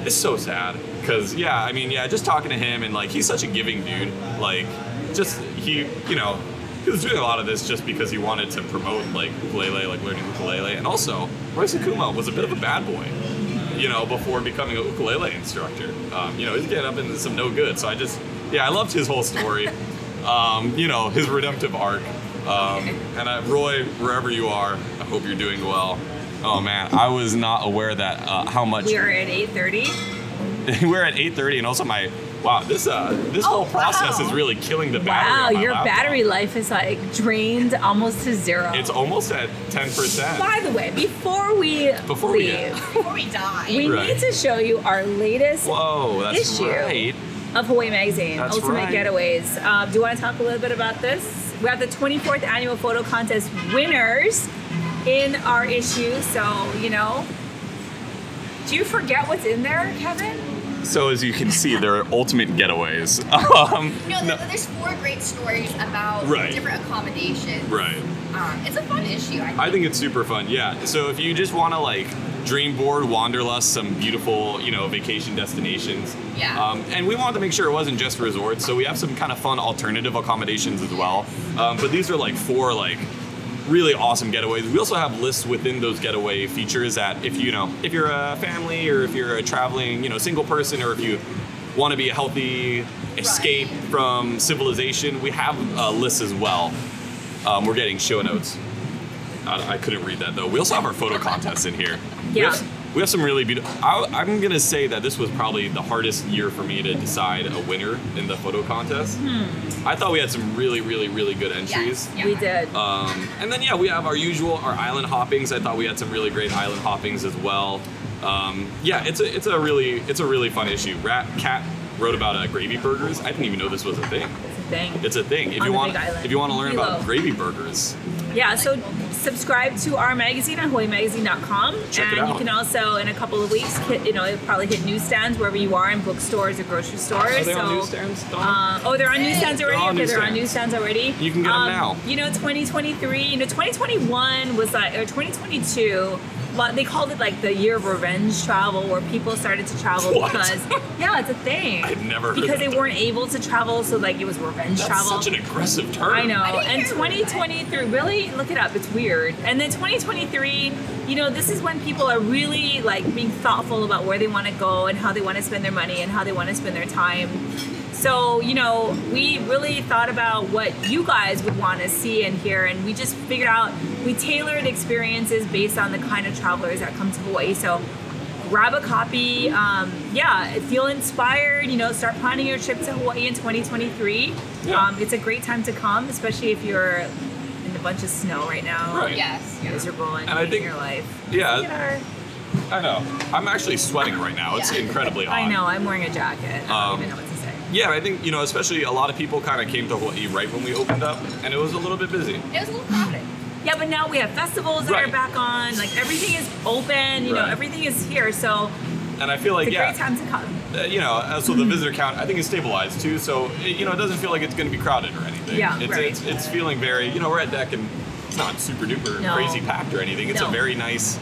[SPEAKER 1] It's so sad because yeah, I mean yeah, just talking to him and like he's such a giving dude. Like just he, you know, he was doing a lot of this just because he wanted to promote like ukulele, like learning ukulele, and also Royce Akuma was a bit of a bad boy. You know, before becoming a ukulele instructor, um, you know, he's getting up into some no good. So I just, yeah, I loved his whole story. um, you know, his redemptive arc. Um, and I, Roy, wherever you are, I hope you're doing well. Oh man, I was not aware that uh, how much
[SPEAKER 2] We are at 8:30.
[SPEAKER 1] we're at 8:30, and also my wow, this uh, this
[SPEAKER 2] Oh,
[SPEAKER 1] whole process
[SPEAKER 2] wow.
[SPEAKER 1] is really killing the battery.
[SPEAKER 2] Wow,
[SPEAKER 1] on my
[SPEAKER 2] your
[SPEAKER 1] laptop.
[SPEAKER 2] battery life is like drained almost to zero.
[SPEAKER 1] It's almost at 10 percent.
[SPEAKER 2] By the way, before we
[SPEAKER 1] Before we
[SPEAKER 2] leave,
[SPEAKER 3] Before we die.
[SPEAKER 2] we,
[SPEAKER 1] Right.
[SPEAKER 2] need to show you our latest
[SPEAKER 1] Whoa, that's
[SPEAKER 2] Issue.
[SPEAKER 1] right.
[SPEAKER 2] of Hawaii Magazine,
[SPEAKER 1] That's
[SPEAKER 2] Ultimate
[SPEAKER 1] right.
[SPEAKER 2] Getaways. Uh, do you want to talk a little bit about this? We have the 24th annual photo contest winners in our issue, so you know. Do you forget what's in there, Kevin?
[SPEAKER 1] So as you can see, there are ultimate getaways. Um,
[SPEAKER 3] No, there- there's four great stories about
[SPEAKER 1] Right.
[SPEAKER 3] different accommodations.
[SPEAKER 1] right.
[SPEAKER 3] Um, it's a fun issue. I think.
[SPEAKER 1] I think it's super fun. Yeah. So if you just want to like dream board, wanderlust, some beautiful, you know, vacation destinations.
[SPEAKER 3] Yeah.
[SPEAKER 1] Um, and we wanted to make sure it wasn't just resorts, so we have some kind of fun alternative accommodations as well. Um, but these are like four like really awesome getaways. We also have lists within those getaway features that if you know if you're a family or if you're a traveling you know single person or if you want to be a healthy escape from civilization, we have uh, lists as well. Um, we're getting show notes. I, I couldn't read that though. We also have our photo contest in here. We
[SPEAKER 2] Yeah.
[SPEAKER 1] have, we have some really beautiful. I'm gonna say that this was probably the hardest year for me to decide a winner in the photo contest.
[SPEAKER 2] Hmm.
[SPEAKER 1] I thought we had some really, really, really good entries.
[SPEAKER 3] Yeah.
[SPEAKER 2] We did.
[SPEAKER 1] Um, and then yeah, we have our usual our island hoppings. I thought we had some really great island hoppings as well. Um, yeah, it's a it's a really it's a really fun issue. Rat Cat wrote about uh, gravy burgers. I didn't even know this was a thing.
[SPEAKER 2] Dang.
[SPEAKER 1] It's a thing. If
[SPEAKER 2] On
[SPEAKER 1] you
[SPEAKER 2] the
[SPEAKER 1] want
[SPEAKER 2] Big Island.
[SPEAKER 1] if you want to learn
[SPEAKER 2] We
[SPEAKER 1] about
[SPEAKER 2] love-
[SPEAKER 1] gravy burgers,
[SPEAKER 2] Yeah, so subscribe to our magazine on HawaiiMagazine.com.
[SPEAKER 1] Check it
[SPEAKER 2] and
[SPEAKER 1] out.
[SPEAKER 2] you can also, in a couple of weeks, hit, you know, it'll probably hit newsstands wherever you are in bookstores or grocery stores.
[SPEAKER 1] are they
[SPEAKER 2] so,
[SPEAKER 1] on newsstands? Don?
[SPEAKER 2] Uh, oh, they're on newsstands
[SPEAKER 1] They're
[SPEAKER 2] already?
[SPEAKER 1] on
[SPEAKER 2] okay, they're on
[SPEAKER 1] newsstands.
[SPEAKER 2] newsstands already.
[SPEAKER 1] You can get 'em
[SPEAKER 2] Um,
[SPEAKER 1] now.
[SPEAKER 2] You know, 2023, you know, 2021 was like, or 2022. lot- They called it like the year of revenge travel, where people started to travel
[SPEAKER 1] What?
[SPEAKER 2] because yeah, it's a thing.
[SPEAKER 1] I've never heard
[SPEAKER 2] because
[SPEAKER 1] that
[SPEAKER 2] they
[SPEAKER 1] term.
[SPEAKER 2] weren't able to travel, so like it was revenge
[SPEAKER 1] That's
[SPEAKER 2] travel.
[SPEAKER 1] such an aggressive term.
[SPEAKER 2] I know.
[SPEAKER 3] didn't
[SPEAKER 2] and
[SPEAKER 3] hear about that.
[SPEAKER 2] 2023, really look it up. It's weird. And then 2023, you know, this is when people are really like being thoughtful about where they want to go and how they want to spend their money and how they want to spend their time. So, you know, we really thought about what you guys would want to see and hear, and we just figured out we tailored experiences based on the kind of travelers that come to Hawaii. So, grab a copy. Um, yeah, feel inspired. You know, start planning your trip to Hawaii in 2023.
[SPEAKER 1] Yeah.
[SPEAKER 2] Um, it's a great time to come, especially if you're in a bunch of snow right now.
[SPEAKER 1] Right.
[SPEAKER 3] Yes. yeah.
[SPEAKER 2] Miserable and,
[SPEAKER 1] And I
[SPEAKER 2] hating
[SPEAKER 1] think-
[SPEAKER 2] your life.
[SPEAKER 1] Yeah.
[SPEAKER 2] Look at her.
[SPEAKER 1] I know. I'm actually sweating right now. It's
[SPEAKER 3] Yeah.
[SPEAKER 1] incredibly hot.
[SPEAKER 2] I know. I'm wearing a jacket.
[SPEAKER 1] Um,
[SPEAKER 2] I don't even know what to say.
[SPEAKER 1] Yeah, I think you know, especially a lot of people kind of came to Hawaii right when we opened up, and it was a little bit busy.
[SPEAKER 3] It was a little crowded.
[SPEAKER 2] Yeah, but now we have festivals that
[SPEAKER 1] Right.
[SPEAKER 2] are back on. Like everything is open. You
[SPEAKER 1] Right.
[SPEAKER 2] know, everything is here. So
[SPEAKER 1] And I feel like
[SPEAKER 2] it's a
[SPEAKER 1] yeah,
[SPEAKER 2] great time Mm-hmm. to come.
[SPEAKER 1] uh, you know, uh, so the visitor count I think is stabilized too. So it, you know, it doesn't feel like it's going to be crowded or anything.
[SPEAKER 2] Yeah,
[SPEAKER 1] it's,
[SPEAKER 2] right.
[SPEAKER 1] it's it's feeling very you know we're at deck and it's not super duper
[SPEAKER 2] No.
[SPEAKER 1] crazy packed or anything. It's a
[SPEAKER 2] No.
[SPEAKER 1] very nice,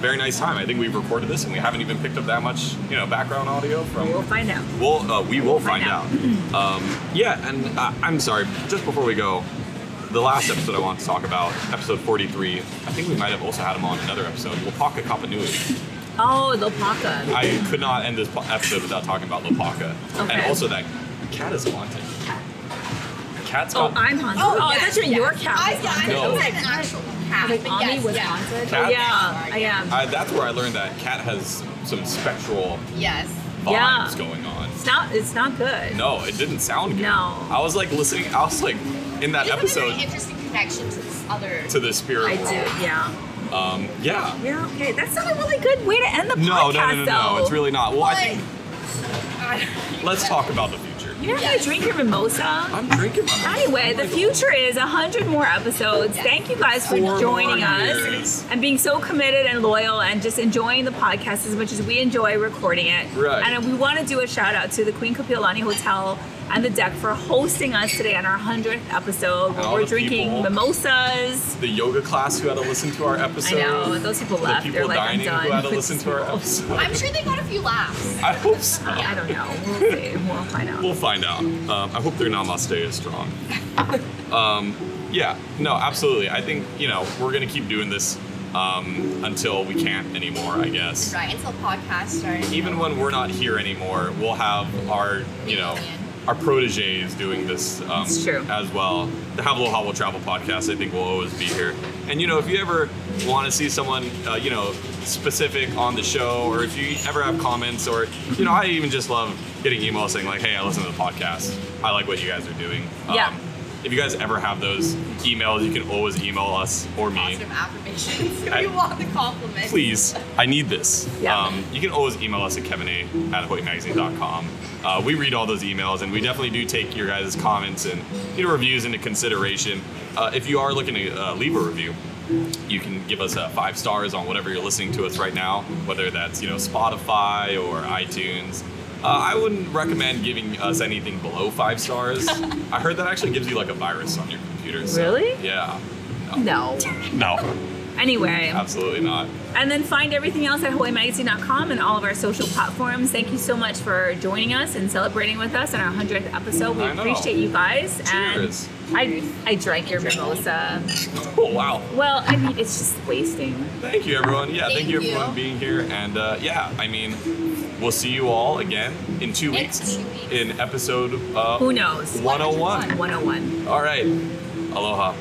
[SPEAKER 1] very nice time. I think we've recorded this and we haven't even picked up that much you know background audio from
[SPEAKER 2] We'll find out.
[SPEAKER 1] We'll, uh, we will
[SPEAKER 2] Find
[SPEAKER 1] find out. Um, yeah, and uh, I'm sorry, just before we go, the last episode I want to talk about, episode 43, I think we might have also had him on another episode, Lopaka Kapanui.
[SPEAKER 2] Oh, Lopaka.
[SPEAKER 1] I could not end this po- episode without talking about Lopaka. And
[SPEAKER 2] Okay.
[SPEAKER 1] also that cat is haunted. Cat's
[SPEAKER 2] Oh,
[SPEAKER 1] got-
[SPEAKER 2] I'm haunted.
[SPEAKER 3] Oh,
[SPEAKER 2] Oh,
[SPEAKER 3] yes,
[SPEAKER 2] that's yes.
[SPEAKER 3] yes.
[SPEAKER 2] your cat.
[SPEAKER 3] I
[SPEAKER 2] was
[SPEAKER 3] yeah, I
[SPEAKER 2] haunted.
[SPEAKER 1] No.
[SPEAKER 3] know it's an actual cat.
[SPEAKER 2] Like
[SPEAKER 3] but
[SPEAKER 2] Ami
[SPEAKER 3] yes,
[SPEAKER 2] was
[SPEAKER 3] yeah.
[SPEAKER 2] haunted.
[SPEAKER 1] Cat?
[SPEAKER 2] Yeah, I am.
[SPEAKER 1] I- that's where I learned that cat has some spectral
[SPEAKER 3] Yes.
[SPEAKER 1] vibes
[SPEAKER 2] Yeah.
[SPEAKER 1] going on.
[SPEAKER 2] It's not. It's not good.
[SPEAKER 1] No, it didn't sound good.
[SPEAKER 2] No.
[SPEAKER 1] I was like listening, I was like in that
[SPEAKER 3] You have a very
[SPEAKER 1] episode
[SPEAKER 3] interesting connection to this other.
[SPEAKER 1] to the spirit
[SPEAKER 2] I
[SPEAKER 1] world.
[SPEAKER 2] do. Yeah.
[SPEAKER 1] Um, yeah.
[SPEAKER 2] Yeah. Okay. That's not a really good way to end the
[SPEAKER 1] No,
[SPEAKER 2] podcast,
[SPEAKER 1] no, no, no, no.
[SPEAKER 2] though.
[SPEAKER 1] It's really not. Well, I
[SPEAKER 3] But-
[SPEAKER 1] think Let's talk about the future.
[SPEAKER 2] You're not gonna drink your mimosa.
[SPEAKER 1] I'm drinking my
[SPEAKER 2] Anyway, the future is 100 more episodes. Thank you guys for
[SPEAKER 1] Four more
[SPEAKER 2] joining
[SPEAKER 1] years.
[SPEAKER 2] us and being so committed and loyal and just enjoying the podcast as much as we enjoy recording it.
[SPEAKER 1] Right.
[SPEAKER 2] And we want to do a shout out to the Queen Kapiolani Hotel and the deck for hosting us today on our 100th episode where
[SPEAKER 1] All
[SPEAKER 2] we're
[SPEAKER 1] the
[SPEAKER 2] drinking
[SPEAKER 1] people.
[SPEAKER 2] mimosas.
[SPEAKER 1] The yoga class who had to listen to our episode.
[SPEAKER 2] I know, those people
[SPEAKER 1] The
[SPEAKER 2] left. They're
[SPEAKER 1] people
[SPEAKER 2] like, I'm
[SPEAKER 1] dining
[SPEAKER 2] done.
[SPEAKER 1] who had to
[SPEAKER 2] with
[SPEAKER 1] listen
[SPEAKER 2] these
[SPEAKER 1] to our
[SPEAKER 2] people.
[SPEAKER 1] episode.
[SPEAKER 3] I'm sure they got a few laughs.
[SPEAKER 1] I hope so.
[SPEAKER 2] I don't know. We'll see. We'll find out.
[SPEAKER 1] We'll find out. Um, I hope their namaste is strong. um, yeah, no, absolutely. I think, you know, we're going to keep doing this um, until we can't anymore, I guess.
[SPEAKER 3] Right, until podcast started.
[SPEAKER 1] Even when we're not here anymore, we'll have our, you know, our proteges doing this um,
[SPEAKER 2] It's true.
[SPEAKER 1] as well. The Have a Little Hot Will Travel podcast, I think, will always be here. And, you know, if you ever want to see someone, uh, you know, specific on the show, or if you ever have comments, or, you know, I even just love getting emails saying, like, hey, I listen to the podcast. I like what you guys are doing. Um,
[SPEAKER 2] Yeah.
[SPEAKER 1] if you guys ever have those emails, you can always email us or me.
[SPEAKER 3] Positive affirmations. we
[SPEAKER 1] I-
[SPEAKER 3] want the compliments.
[SPEAKER 1] Please, I need this.
[SPEAKER 2] Yeah.
[SPEAKER 1] Um, you can always email us at kevina at hoytmagazine.com. Uh, we read all those emails, and we definitely do take your guys' comments and you know, reviews into consideration. Uh, if you are looking to uh, leave a review, you can give us uh, five stars on whatever you're listening to us right now, whether that's you know Spotify or iTunes. Uh, I wouldn't recommend giving us anything below five stars. I heard that actually gives you like a virus on your computer. so-
[SPEAKER 2] Really?
[SPEAKER 1] Yeah.
[SPEAKER 2] No.
[SPEAKER 1] No,
[SPEAKER 2] Anyway.
[SPEAKER 1] absolutely not.
[SPEAKER 2] And then find everything else at HawaiiMagazine.com and all of our social platforms. Thank you so much for joining us and celebrating with us on our 100th episode. We
[SPEAKER 1] I know.
[SPEAKER 2] appreciate you guys.
[SPEAKER 1] Cheers.
[SPEAKER 2] And I, I drank your mimosa.
[SPEAKER 1] Oh wow.
[SPEAKER 2] Well, I mean, it's just wasting.
[SPEAKER 1] Thank you, everyone. Yeah, thank,
[SPEAKER 3] Thank
[SPEAKER 1] you, everyone,
[SPEAKER 3] you.
[SPEAKER 1] for being here. And uh, yeah, I mean, we'll see you all again in two
[SPEAKER 3] In
[SPEAKER 1] weeks
[SPEAKER 3] two weeks.
[SPEAKER 1] in episode uh,
[SPEAKER 2] Who knows?
[SPEAKER 1] 101.
[SPEAKER 2] 101.
[SPEAKER 1] All right. Aloha.